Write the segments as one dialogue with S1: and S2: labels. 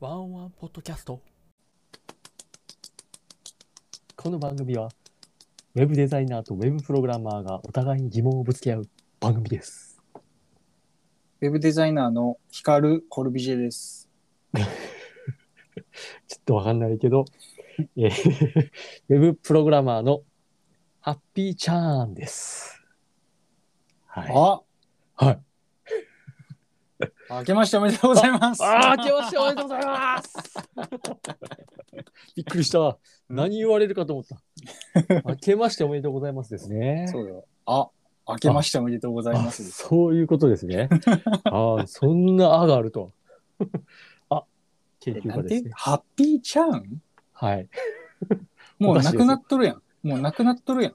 S1: ワンワンポッドキャストこの番組はウェブデザイナーとウェブプログラマーがお互いに疑問をぶつけ合う番組です
S2: ウェブデザイナーのヒカル・コルビジェです。
S1: ちょっとわかんないけ ど、えーウェブプログラマーのハッピーチャーンですはい
S2: あ
S1: はい
S2: 明けましておめでとうございます。
S1: あー明けましておめでとうございます びっくりした何言われるかと思 った明けましておめでとうございますですね
S2: そうよ。あ明けましておめでとうございます。
S1: あそういうことです ね。ああ、そんな「あ」があると。あ、研
S2: え
S1: 究
S2: な
S1: 家
S2: ん
S1: で
S2: て
S1: すね。
S2: ハッピーチャーン
S1: はい。
S2: もうなくなっとるやん。もうなくなっとるやん。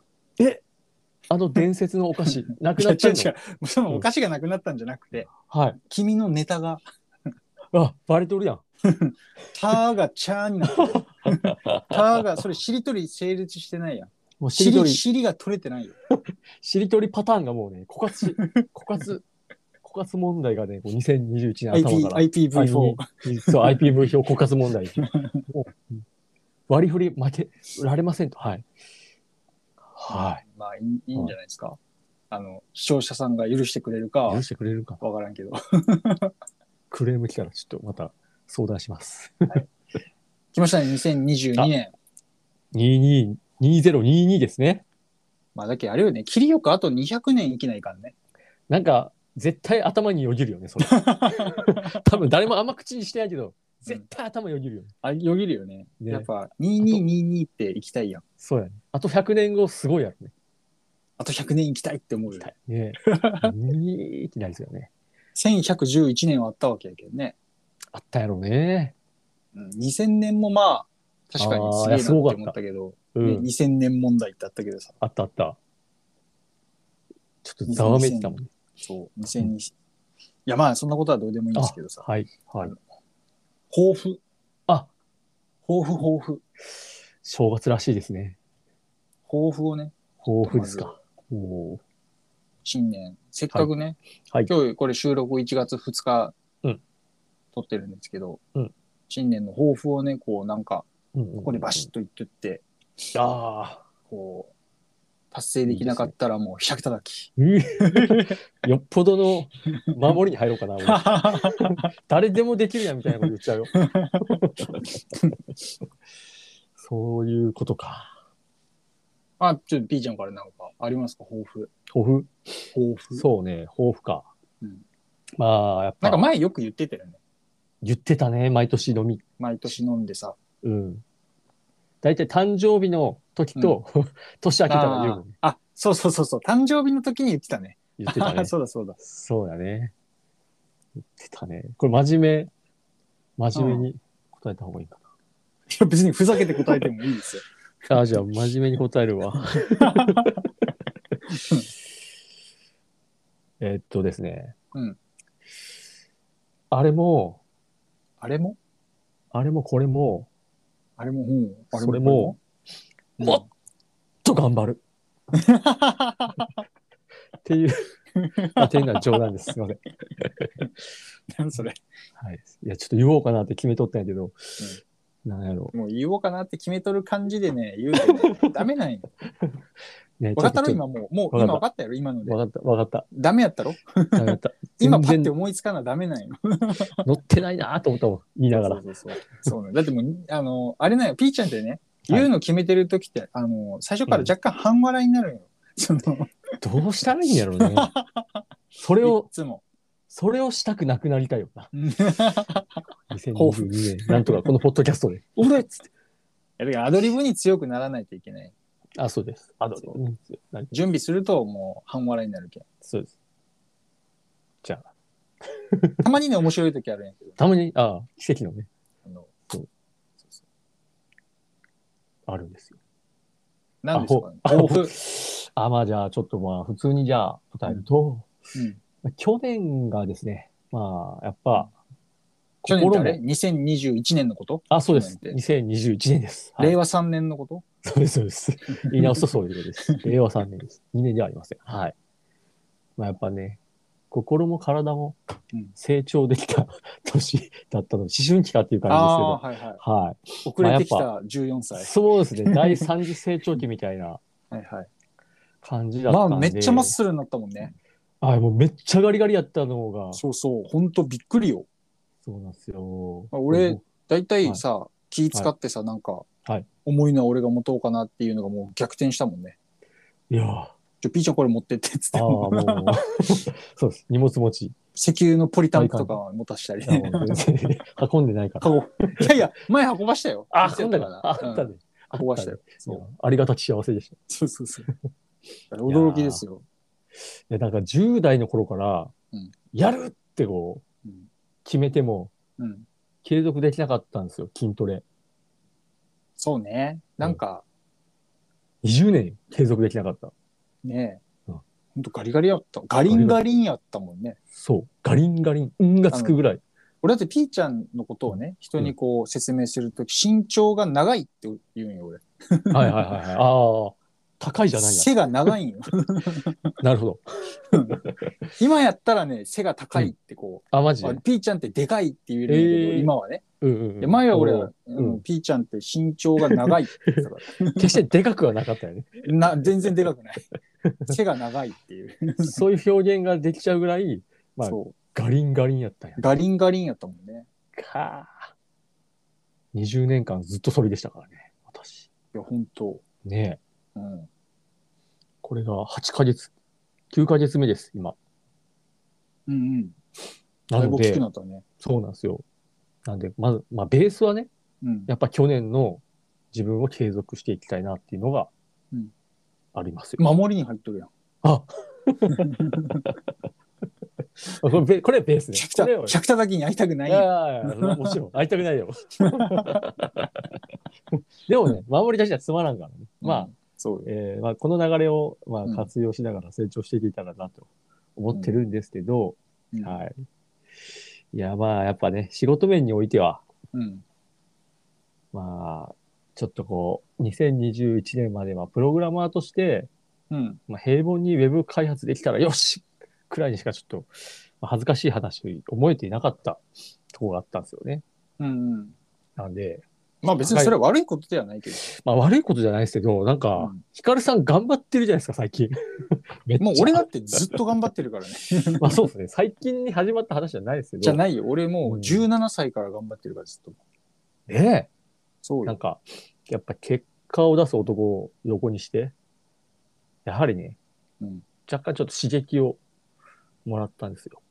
S1: あの伝説のお菓 子、なく
S2: い
S1: な
S2: や
S1: っちゃうの
S2: 違う違う。。もうそのお菓子がなくなったんじゃなくて、
S1: はい。
S2: 君のネタが、
S1: あ、バレとるやん。
S2: ターがチャーに なった。ターが、それしりとり成立してないやん。
S1: もうし
S2: し
S1: りと
S2: り、
S1: り、
S2: しりが取れてないよ。
S1: しりとりパターンがもうね、枯渇 し、枯渇、枯渇問題がね、こう2021年
S2: IP
S1: 頭から。
S2: IPv4。
S1: IV そう、IPV 表枯渇問題。もう割り振り負けられませんと。はい。は
S2: まあいいいいんじゃないですか。あの、視聴者さんが許してくれるか
S1: い。許、してくれるか。
S2: わからんけど。
S1: クレーム来たらちょっとまた相談します。
S2: 来ましたね、2022年。
S1: 22 2022ですね。
S2: まあだけどあれよね、切りよくあと200年生きないからね。
S1: なんか、絶対頭によぎるよね、 それ。多分誰も甘口にしてないけど、絶対頭よぎるよね。
S2: あよぎるよね。
S1: ね
S2: やっぱ2222って生きたいやん。
S1: そうやね。あと100年後、すごいやろね。
S2: あと100年生きたいって思うよ。
S1: ねえ。にーってなりそうよね。
S2: 1111年はあったわけやけどね。
S1: あったやろうね。
S2: うん、2000年もまあ、確かにすげえなって思ったけど、
S1: う
S2: ね
S1: ん。
S2: 2000年問題ってあったけどさ、
S1: あったあった。ちょっとざわめいてたもんね。
S2: そう、2002、いやまあそんなことはどうでもいいんですけどさ、
S1: はい。はい。
S2: 抱負。
S1: あ
S2: 抱負抱負。
S1: 正月らしいですね。
S2: 抱負をね、
S1: 豊富ですか。おー
S2: 新年、せっかくね、
S1: はい
S2: 今日これ収録1月2日、
S1: うん
S2: 撮ってるんですけど、
S1: うん
S2: 新年の抱負をね、こうなんか、
S1: うんうん
S2: ここでバシッと言ってって、
S1: あ
S2: こう、達成できなかったらもうひゃくたたき。
S1: ーうんよっぽどの守りに入ろうかな。俺 誰でもできるやんみたいなこと言っちゃ うよ。そういうことか。
S2: あ、ちょっと B ちゃんからなんかありますか抱負。
S1: 抱負
S2: 抱負。
S1: そうね、抱負か。
S2: うん
S1: まあ、やっ
S2: なんか
S1: ぱ
S2: 前よく言ってたよね。
S1: 言ってたね、毎年飲み。
S2: 毎年飲んでさ。
S1: うん。大体誕生日の時と、 年明けたら言うのね
S2: あ、そうそうそうそう。誕生日の時に言ってたね。
S1: 言ってたね。
S2: そうだそうだ。
S1: そうだね。言ってたね。これ真面目、真面目に答えた方がいいか
S2: いや別にふざけて答えてもいいですよ。
S1: な。ああ、じゃあ真面目に答えるわ。 えっとですね。
S2: うん
S1: あれも、
S2: あれも
S1: あれもこれも、
S2: あれも、うん。あ
S1: それも、
S2: これ
S1: もっ と頑張るっていう、あ、ていうのは冗談です。すいません。
S2: 何それ
S1: はい。いや、ちょっと言おうかなって決めとったんやけど、なんやろ
S2: もう言おうかなって決めとる感じでね、言う て、ね、ダメなんよ。
S1: う。ね、
S2: 分かったろ
S1: ちょっと
S2: 今もう。もう
S1: わかった
S2: 今分かったやろ今ので。
S1: わかった、わかった。
S2: ダメやったろ
S1: わかった。
S2: 今
S1: 全
S2: パッ
S1: 然
S2: て思いつかなダメなんよ。
S1: 乗ってないなと思ったもん。言いなが
S2: そ
S1: ら
S2: う。そうそう。そうなんだってもう、あの、あれなんよ。ピーちゃんってね、
S1: はい
S2: 言うの決めてる時って、あの、最初から若干半笑いになるんよ。その、
S1: どうしたらいいんやろうね。それ
S2: い
S1: を、
S2: つも。
S1: それをしたくなくなりたいよな。
S2: うんい
S1: 2022年、なんとかこのポッドキャストで。俺っつって。
S2: やだからアドリブに強くならないといけない。
S1: あ、そうです。あ、どう
S2: そ
S1: ぞ。なん
S2: 準備するともう半笑いになるけん。
S1: そうです。じゃあ、
S2: たまにね、面白い時あるんやけど、
S1: たまに、あ奇跡のね、
S2: あの、
S1: あるんですよ。
S2: 何ですかね。
S1: あほ
S2: 抱負。
S1: あ、まあじゃあ、ちょっとまあ、普通にじゃあ、答えると、
S2: うん
S1: まあ去年がですね、まあ、やっぱ、
S2: 去年ってあれ
S1: も、
S2: ?2021 年のこと、
S1: あ、そうです。
S2: 去
S1: 2021年です。はい
S2: 令和3年のこと
S1: そうです、そうです。言い直すとそういうことです。令和3年です。2年ではありません。はい。まあやっぱね、心も体も
S2: うん
S1: 成長できた 年だったの、思春期かっていう感じですけ
S2: あ
S1: ど、
S2: あー、はいはい。
S1: は
S2: 遅れてき
S1: まあ
S2: た14
S1: い。
S2: 歳。
S1: そうですね、第三次成長期みたいな
S2: はいはい。
S1: 感じだった
S2: ま
S1: んで。
S2: あ、めっちゃマッスルになったもんね。
S1: はい、もうめっちゃガリガリやったのが、
S2: そうそう。ほんとびっくりよ。
S1: そうなんですよ。
S2: あ俺
S1: も
S2: 大体さ、気使ってさ、なんか、
S1: はい
S2: 重いのは俺が持とうかなっていうのがもう逆転したもんね。
S1: ういやー、あ
S2: ちょ、ピーちゃんこれ持ってってっつって
S1: あ、、も う、そうです。荷物持ち。
S2: 石油のポリタンクとか持たしたり。
S1: いやもう全然 運んでないから。
S2: カゴいやいや、前運ばしたよ。
S1: あ、運んだ
S2: か
S1: からら。ああったね。あ
S2: 運ばしたよ。
S1: い
S2: そ
S1: や
S2: う
S1: ありがたき幸せでした。い
S2: そうそうそう。驚きですよ。
S1: や、なんか10代の頃から
S2: うん、
S1: やるってこう、
S2: うん
S1: 決めても、
S2: うん。
S1: 継続できなかったんですよ、筋トレ。
S2: そうね。なんか、
S1: 20年継続できなかった。
S2: ね
S1: うん
S2: ほんとガリガリやった。ガリンガリンやったもんね。
S1: そう。ガリンガリン、うんがつくぐらい。
S2: 俺だってピーちゃんのことをね、人にこう説明するとき、身長が長いって言うんよ、俺。
S1: はいはい はいはい。ああ、高いじゃないや。
S2: 背が長 いんよ。
S1: なるほど。
S2: 今やったらね、背が高いってこ
S1: あ、マジ
S2: う、あ
S1: で。
S2: ピーちゃんってでかいって言えるんだけど、
S1: えー
S2: 今はね。
S1: うんうんう
S2: で
S1: ん。
S2: 前は俺は
S1: こ、
S2: うんんピーちゃんって身長が長いって言ってたから
S1: う決してでかくはなかったよね。
S2: な全然でか くない。背が長いっていう。
S1: そういう表現ができちゃうぐらい、まあ
S2: そ
S1: ガリンガリンやったんや
S2: う。。ガリンガリンやったもんね。
S1: かー20年間ずっとそれでしたからね、私。
S2: いや、本当
S1: ねえ。
S2: うん。
S1: これが8ヶ月、9ヶ月目です、今。
S2: うんうん。
S1: な
S2: だ
S1: い
S2: ぶ
S1: の
S2: 大き
S1: で
S2: く、なったね。
S1: そうなんですよ。なんで、まず、まあ、ベースはね、
S2: うん。
S1: やっぱ去年の自分を継続していきたいなっていうのが
S2: うん
S1: ありますよ。
S2: 守りに入っとるやん。
S1: あこれベこれベースね
S2: 百。
S1: これを
S2: 田、百田だけに会いたくないい
S1: やい
S2: やん。
S1: やいやそれはもちろ ん、会いたくないよ。 でもね、守り出しじゃつまらんからね。まあ
S2: う、ん、そうよ。
S1: えーまあ、この流れを、ま
S2: うん
S1: あ、活用しながら成長していけたらなと思ってるんですけど、
S2: うん
S1: はい。いや、まあ、やっぱね、仕事面においては、
S2: うん。
S1: まあ、ちょっとこう、2021年まではプログラマーとして、
S2: うん。
S1: まあ、平凡にウェブ開発できたらよしくらいにしかちょっと、まあ恥ずかしい話、思えていなかったとこがあったんですよね。
S2: うんうん。
S1: なんで、
S2: まあ別にそれは悪いことではないけど、
S1: まあ悪いことじゃないですけど、なんか
S2: うん、
S1: ヒカルさん頑張ってるじゃないですか、最 近。めっちゃ
S2: もう俺だってずっと頑張ってる からね。
S1: まあそうですね。最近に始まった話じゃないですけど。
S2: じゃないよ。俺もう
S1: うん
S2: 17歳から頑張ってるからずっと。
S1: ね
S2: そ
S1: え
S2: う
S1: なん
S2: よ。
S1: か、やっぱ結果を出す男を横にして、やはりね、
S2: うん
S1: 若干ちょっと刺激をもらったんですよ。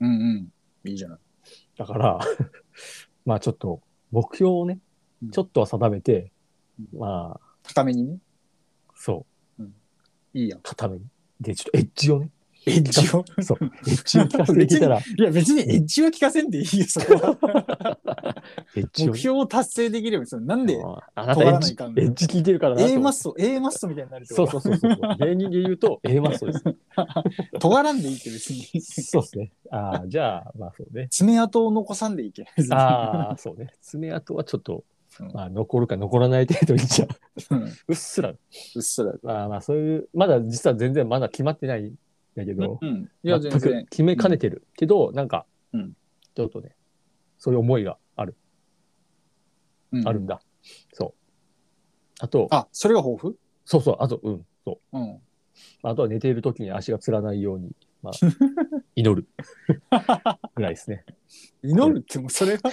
S2: うんうん。いいじゃない。
S1: だから、 まあちょっと目標をね
S2: うん、
S1: ちょっとは定めて、
S2: う
S1: まあ、
S2: 高めにね。
S1: そ
S2: いいやん
S1: う、。固めに。で、ちょっとエッジをね、
S2: エッジを。
S1: そう、エッジを聞かせていけたら、
S2: いや別にエッジは聞かせんでいいよ、そこ は。
S1: エッジを
S2: 目
S1: ね。
S2: 標を達成できればいいそれなんで
S1: あなた
S2: 尖
S1: エ
S2: ら
S1: ッ
S2: ない
S1: ジ、
S2: かんの
S1: エッジ聞いてるからなと思
S2: A
S1: って
S2: マッソ A マッソみたいになるって
S1: そ
S2: こ
S1: う
S2: と
S1: そうそうそう。芸人で言うと A マッソです。
S2: 尖らんでいいって別に
S1: そうですね。ああ、じゃあ、まあそうね。
S2: 爪痕を残さんでいいけ
S1: ああ、そうね。爪痕はちょっと、
S2: うん
S1: まあ残るか残らない程度にじゃう。
S2: うんう
S1: うっすら。
S2: っすら
S1: まあまあそういう、まだ実は全然まだ決まってないんだけど、
S2: うんいや全
S1: 全く
S2: 然
S1: 決めかねてる。けど、なんか、
S2: うん
S1: ちょっとね、そういう思いがある、
S2: うん
S1: あるんだ。そう。あと、
S2: あそれが抱負
S1: そうそう、あと、うん、そう。
S2: うん
S1: あとは寝ている時に足がつらないように、 まあ、祈る。ぐらいですね。
S2: 祈るってもうそれ が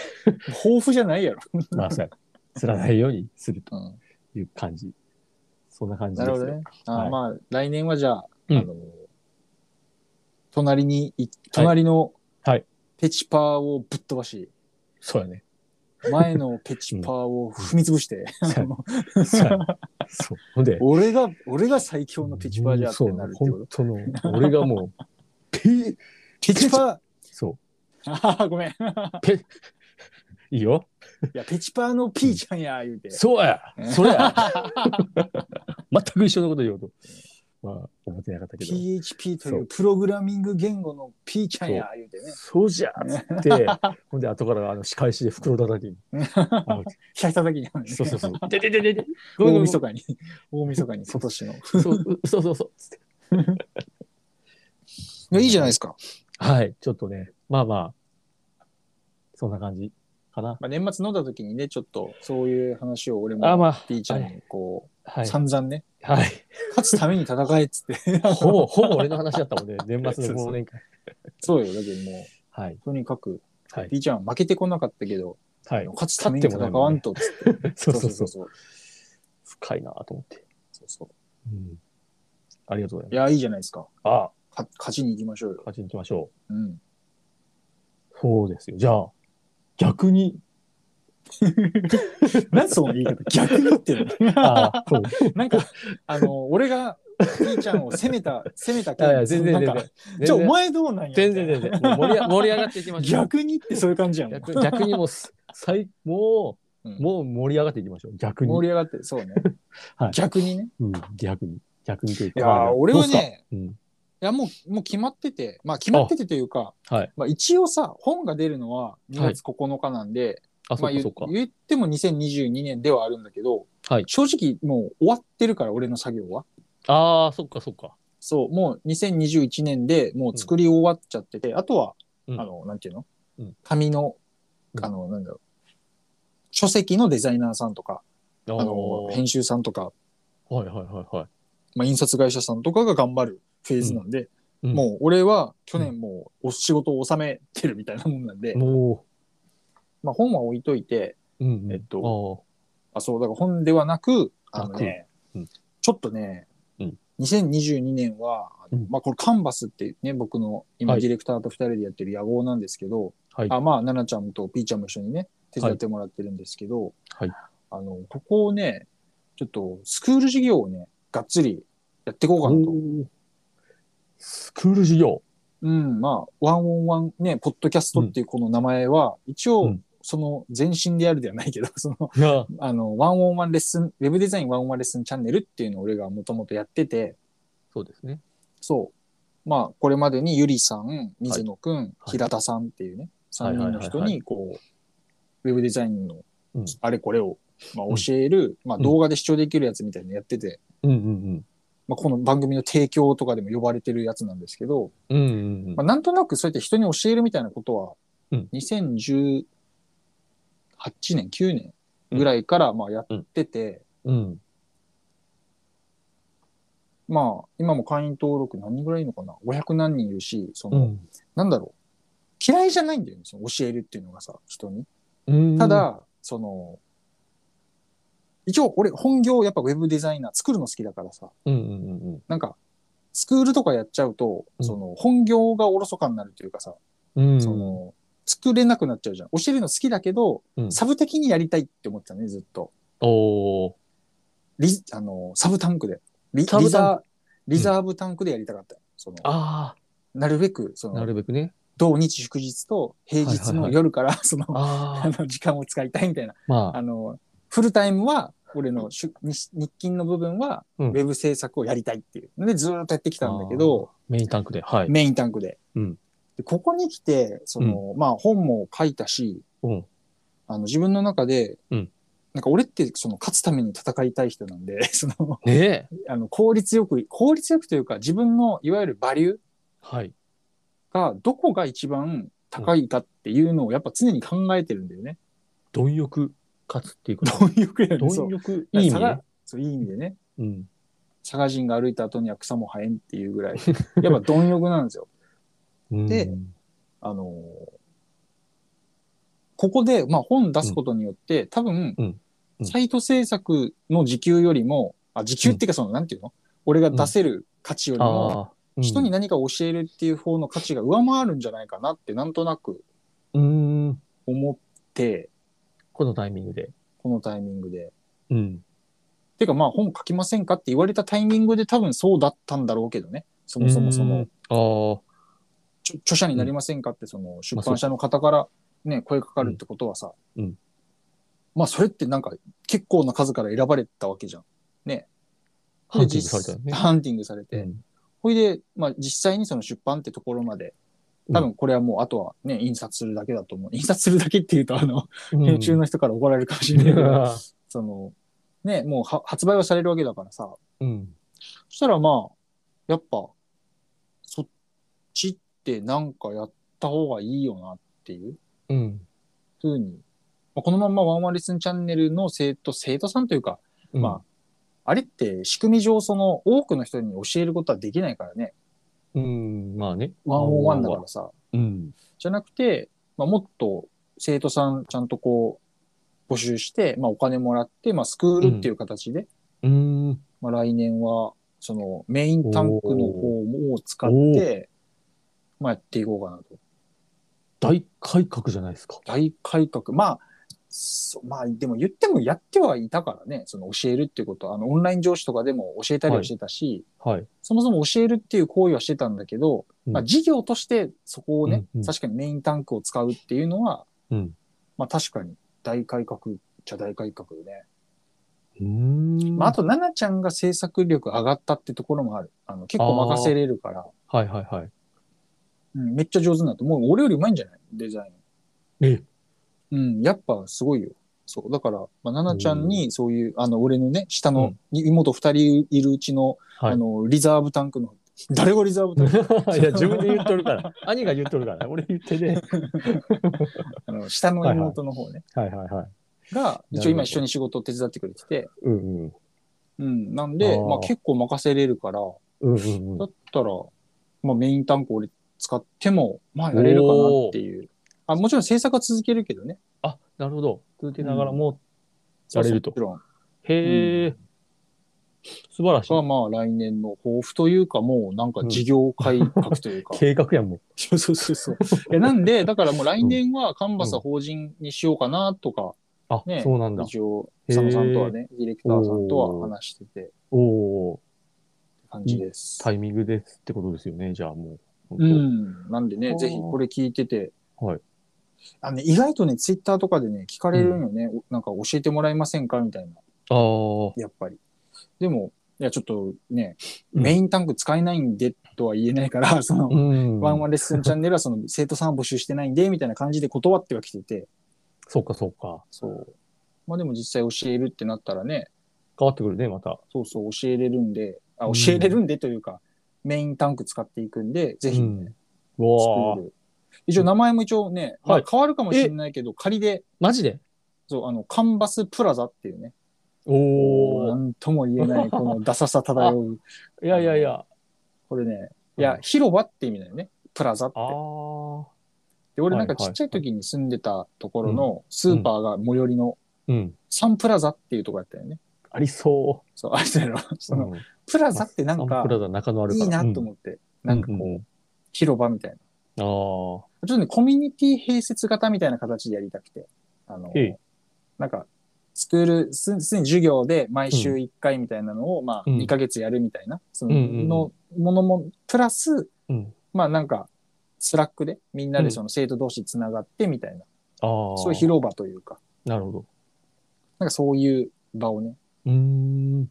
S2: 抱負じゃないやろ
S1: まあ、そうや。つらないようにすると
S2: うん
S1: いう感じ。そんな感じで
S2: な
S1: す
S2: る
S1: よ。
S2: ほどねあ
S1: は
S2: ー
S1: い
S2: まあ来年はじゃああ
S1: うん
S2: の隣にい隣の
S1: はい
S2: ペチパーをぶっ飛ばし
S1: そうやね。
S2: 前のペチパーを踏み潰して
S1: そうやね。そう。ほんで、
S2: 俺が俺が最強のペチパーじゃってなるって
S1: そう
S2: こと
S1: 本当の、俺がもう、ペ、
S2: ペチパー
S1: そ、
S2: ああ、ごめん。いう
S1: ペ、いいよ。
S2: や、ペチパーのピーちゃんや、言うて。
S1: そうやそれや全く一緒のこと言おうと。まあ、思ってなかったけど。
S2: PHP とい
S1: そうう
S2: プログラミング言語のピーちゃんや、言うてね。
S1: そうじゃっつって、ほんで、後からあの仕返しで袋叩きに。 あ
S2: ひただきに会うね。
S1: そうそうそう。ででででで。ごめんご
S2: 大
S1: めん
S2: 晦日に、大晦日に、今年の。
S1: そううそうそうそう。つって
S2: やいいじゃないですか。
S1: はい。ちょっとね、まあまあ、そんな感じかな。
S2: まあ、年末飲んだ時にね、ちょっとそういう話を俺も、
S1: あ、まあ、
S2: ピーちゃんにこう、
S1: はい。
S2: 散々ね、
S1: はい。
S2: 勝つために戦えっ つって。
S1: ほぼ、ほぼ俺の話だったもん ね。年末の忘年会。
S2: そうよ、だけどもう、
S1: はい。
S2: とにかく、
S1: はい。
S2: ピーちゃんは負けてこなかったけど、
S1: はい。
S2: 勝つために戦わんとっつって。
S1: そうそう そう。
S2: そう
S1: 深いなと思って。
S2: そうそう
S1: うん。ありがとうござい
S2: い
S1: ます。
S2: や、いいじゃないですか。
S1: あ、
S2: か勝ちに行きましょうよ。
S1: 勝ちに行きましょ
S2: うん。
S1: う。そうですよ。じゃあ、逆に。
S2: なんでその言い方逆に言ってる の
S1: ああ、そう。
S2: なんか、あの、俺が、ピーちゃんを責め た、責めた
S1: いやいや全然
S2: なん
S1: 全
S2: か
S1: 然。
S2: じゃあお前どうなんや
S1: 全然全然。もう盛 りあ盛り上がっていきましょう。
S2: 逆にってそういう感じやん。
S1: 逆逆にもうす、最、もう、
S2: うん
S1: もう盛り上がっていきましょう。逆に。
S2: 盛り上がってる、そうね
S1: はい。
S2: 逆にね。
S1: うん、逆に。逆にという
S2: い
S1: か。
S2: や
S1: まあ
S2: ー、俺は、ね、
S1: どうっす
S2: いや、もう、もう決まってて、まあ、決まっててというか、
S1: かうん。はい。
S2: まあ、一応さ、本が出るのは2
S1: はい
S2: 月9日なんで、
S1: あ、そ
S2: まあ
S1: うか
S2: 言
S1: そうか。
S2: 言っても2022年ではあるんだけど、
S1: はい
S2: 正直もう終わってるから、俺の作業は。
S1: ああ、そっかそっか。
S2: そう、もう2021年でもう作り終わっちゃってて、あとは、
S1: うん
S2: あの、なんていうの、
S1: うん
S2: 紙の
S1: う、ん
S2: あの、なんだろう、書籍のデザイナーさんとか、
S1: あ
S2: あの、
S1: ー
S2: 編集さんとか、
S1: はいはいはいはい。
S2: まあ、印刷会社さんとかが頑張るフェーズなんで、
S1: うんうん
S2: もう俺は去年もうお仕事を収めてるみたいなもんなんで、
S1: も
S2: まあ、本は置いといて
S1: う、うん、うん。
S2: えっ
S1: と、
S2: あそうだから本ではなくあの、ね
S1: なくうん
S2: ちょっとね、
S1: うん
S2: 2022年は、あの
S1: うん
S2: まあ、これカンバスってね僕の今
S1: はい
S2: ディレクターと2人でやってる野望なんですけど、
S1: はい
S2: あまあ奈々ちゃんとピーちゃんも一緒にね手伝ってもらってるんですけど、
S1: はい
S2: あのここをねちょっとスクール事業をねがっつりやっていこうかなと。
S1: おースクール授業。
S2: うん、まあ、ワンオンワンね、ポッドキャストっていうこの名前は、一
S1: う
S2: 応
S1: ん、
S2: その前身でやるではないけど、その、
S1: いや、
S2: あの、ワンオンワンレッスン、ウェブデザインワンオンワンレッスンチャンネルっていうのを俺がもともとやってて、
S1: そうですね。
S2: そう。まあ、これまでにゆりさん、水野くん、
S1: い
S2: 平田さんっていうね、
S1: はい
S2: 3人
S1: はいは
S2: の人
S1: いはいは
S2: に、こう、ウェブデザインの
S1: うん
S2: あれこれを、まあ
S1: うん、
S2: 教える、まあ、
S1: うん
S2: 動画で視聴できるやつみたいなのやってて、
S1: うんうん
S2: まあ、この番組の提供とかでも呼ばれてるやつなんですけど、
S1: うん。うんうんうん
S2: まあ、なんとなくそうやって人に教えるみたいなことは、
S1: うん
S2: 2018年、9年ぐらいからまあやってて、
S1: うん。
S2: まあ今も会員登録何人ぐらいいるのかな ?500 何人いるし、そうの、
S1: ん
S2: なんだろう。嫌いじゃないんだよね、その教えるっていうのがさ、人に。
S1: うん。
S2: ただ、、その、一応俺本業やっぱウェブデザイナー作るの好きだからさ、
S1: うんうんうんうん。
S2: なんか、スクールとかやっちゃうと、
S1: うん
S2: その本業がおろそかになるというかさ、
S1: うん、
S2: その、作れなくなっちゃうじゃん。教えるの好きだけど、
S1: うん
S2: サブ的にやりたいって思ってたね、ずっと。
S1: おー
S2: リズあの、サブタンクで。リ
S1: サ
S2: リ
S1: ブタ
S2: ザリザーブタンクでやりたかった。その、
S1: あ
S2: なるべく、そ
S1: あ、な
S2: の、
S1: るべくね。
S2: 土日祝日と平
S1: は
S2: 日
S1: いはいは
S2: の
S1: い
S2: 夜から、 その、
S1: あ
S2: あ
S1: あ、
S2: の、時間を使いたいみたいな。
S1: まあ
S2: あ、の、フルタイムは、俺のしゅ日日勤の部分は、
S1: うん
S2: ウェブ制作をやりたいっていう。で、ずーっとやってきたんだけど、
S1: あー、メインタンクで、はい。
S2: メインタンクで。
S1: うん
S2: でここに来て、その、まあ本も書いたし、
S1: うん。
S2: あの自分の中で、
S1: うん
S2: なんか俺ってその勝つために戦いたい人なんで、 その
S1: ねえ。
S2: あの効率よく、効率よくというか自分のいわゆるバリュー
S1: はい。
S2: がどこが一番高いかっていうのをやっぱ常に考えてるんだよね。
S1: 貪欲勝つっていうこと。
S2: どういうくらいの そ
S1: 貪
S2: う
S1: 欲、いい意味
S2: だから
S1: ね
S2: 差が。そういい意味でね。
S1: うん。
S2: 佐賀人が歩いた後には草も生えんっていうぐらい、やっぱ貪欲なんですよ。 で
S1: うん、
S2: あのーここで、まあ、本出すことによって、多分、
S1: うんうん
S2: サイト制作の時給よりも、あ、時給っていうかその、なんていうの俺が出せる価値よりも、
S1: ああ、うん
S2: 人に、何か教えるっていう方の価値が上回るんじゃないかなって、なんとなく
S1: うん、
S2: 思って、
S1: このタイミングで。
S2: このタイミングで。
S1: うん。
S2: てか、まあ、本書きませんかって言われたタイミングで多分そうだったんだろうけどね。そもそもその、
S1: の。あ
S2: ちょ著者になりませんかって、その出版社の方からね、声かかるってことはさ、
S1: うんうん
S2: まあそれってなんか結構な数から選ばれたわけじゃん。
S1: あ、ハンティングされたよ
S2: で
S1: ね
S2: 実。ハンティングされて。
S1: うん
S2: ほいで、まあ実際にその出版ってところまで、多分これはもうあとはね、印刷するだけだと思う。印刷するだけっていうと、あの、 編集の人から怒られるかもしれないけど、その、ね、もうは発売はされるわけだからさ、
S1: うん。
S2: そしたらまあ、やっぱ、そっちってなんかやった方がいいよなっていう
S1: うん。
S2: ふうに、まあ、このまんまワンワンレッスンチャンネルの生徒、生徒さんというか、まあれって仕組み上その多くの人に教えることはできないからね。
S1: あ、うん、まあね。
S2: ワンオンワンだからさ。
S1: うん。
S2: じゃなくて、まあ、もっと生徒さんちゃんとこう募集して、まあ、お金もらって、まあ、スクールっていう形で、
S1: うん。
S2: まあ、来年はそのメインタンクの方を使って、まあ、やっていこうかなと。
S1: 大改革じゃないですか。
S2: 大改革。まあ、そうまあ、でも言ってもやってはいたからね、その教えるっていうことは、あの、オンライン上司とかでも教えたりはしてたし、
S1: はい。
S2: そもそも教えるっていう行為はしてたんだけど、
S1: うん
S2: まあ、事業としてそこをね、
S1: うんうん
S2: 確かにメインタンクを使うっていうのは、
S1: うん
S2: まあ確かに大改革っちゃ大改革でね。
S1: うん。
S2: まああと、奈々ちゃんが制作力上がったってところもある。あの結構任せれるから、
S1: はいはいはい。
S2: うん、めっちゃ上手になって、もう俺よりうまいんじゃないデザイン。
S1: え
S2: うん、やっぱすごいよ。そう。だから、まあ、奈々ちゃんにそういう、あの、俺のね、下の、妹二人いるうちの、
S1: はい
S2: あの、リザーブタンクの、 誰がリザーブタンク
S1: いや、自分で言っとる から。兄が言っとるから。俺言ってね。
S2: あの下の妹の方ね。
S1: はいはいはい。
S2: が、
S1: なるほど
S2: 一応今一緒に仕事を手伝ってくれてて、
S1: うんうん。
S2: うん、なん
S1: あ
S2: で、
S1: ー
S2: まあ結構任せれるから、
S1: うんうんう
S2: だ
S1: ん。
S2: ったら、まあメインタンク俺使っても、まあやれるかなっていう。あもちろん制作は続けるけどね。
S1: あ、なるほど。続けながらも、やれると
S2: そうそうもち
S1: へえ、素晴らしい
S2: ろん。。が、まあ来年の抱負というか、もうなんか事業改革というか。
S1: 計画やんも
S2: そうそうそうそう。いやなんで、だからもう来年はカンバスは法人にしようかなとか、
S1: う。あ、
S2: ね
S1: そうなんだ。
S2: 一応、
S1: へー
S2: 佐野さんとはね、ディレクターさんとは話してて、
S1: おお
S2: 感じです。
S1: タイミングですってことですよね、じゃあもう。
S2: う
S1: 本
S2: ん。なんで
S1: あ
S2: ね、
S1: ー
S2: ぜひこれ聞いてて。
S1: はい。
S2: あのね、意外とね、ツイッターとかでね、聞かれるのね、おなんか教えてもらえませんかみたいな、
S1: 当
S2: やっぱり。でも、いや、ちょっとね、
S1: うん
S2: メインタンク使えないんでとは言えないから、その
S1: ああ。、うん。
S2: ワンワンレッスンチャンネルはその生徒さんは募集してないんで、みたいな感じで断ってはきてて、
S1: そうかそうか。
S2: そう。まあでも実際教えるってなったらね、
S1: 変わってくるね、また。
S2: そうそう教えれるんで、あ、
S1: うん
S2: 教えれるんでというか、メインタンク使っていくんで、ぜひ、
S1: うん
S2: ね、
S1: う
S2: 作
S1: わあ。
S2: る。一応名前も一応ね、まあ
S1: はい
S2: 変わるかもしれないけど、仮で、
S1: マジで
S2: そう、あの、カンバスプラザっていうね、
S1: お
S2: な
S1: お。
S2: んとも言えない、このダサさ 漂う、
S1: いやいやいや。
S2: これね、
S1: うん
S2: いや、広場って意味だよね、プラザって
S1: あ。あ。
S2: で、俺なんか
S1: はいはい
S2: ちっちゃい時に住んでたところのスーパーが最寄りの
S1: うん。
S2: サンプラザっていうとこやったよね。
S1: ありそ
S2: そう、あれだろ、
S1: う。
S2: そうの、
S1: ん。
S2: プラザってなん
S1: サン
S2: か
S1: プ、ラザ中のある
S2: い
S1: から。
S2: いなと思って、なんかこう、広場みたいな。
S1: こ
S2: ちょっとね、コミュニティ併設型みたいな形でやりたくて。あの
S1: ええ、
S2: なんか、スクール、すすでに授業で毎週1回みたいなのを、まあ、
S1: うん
S2: 2ヶ月やるみたいな、その、
S1: うんうんうん
S2: のものも、プラス、
S1: うんうん。
S2: まあなんか、スラックで、みんな
S1: う
S2: で
S1: ん
S2: その生徒同士つながってみたいな、
S1: ああ。
S2: そういう広場というか、
S1: なるほど。
S2: なんかそういう場をね、
S1: うーん。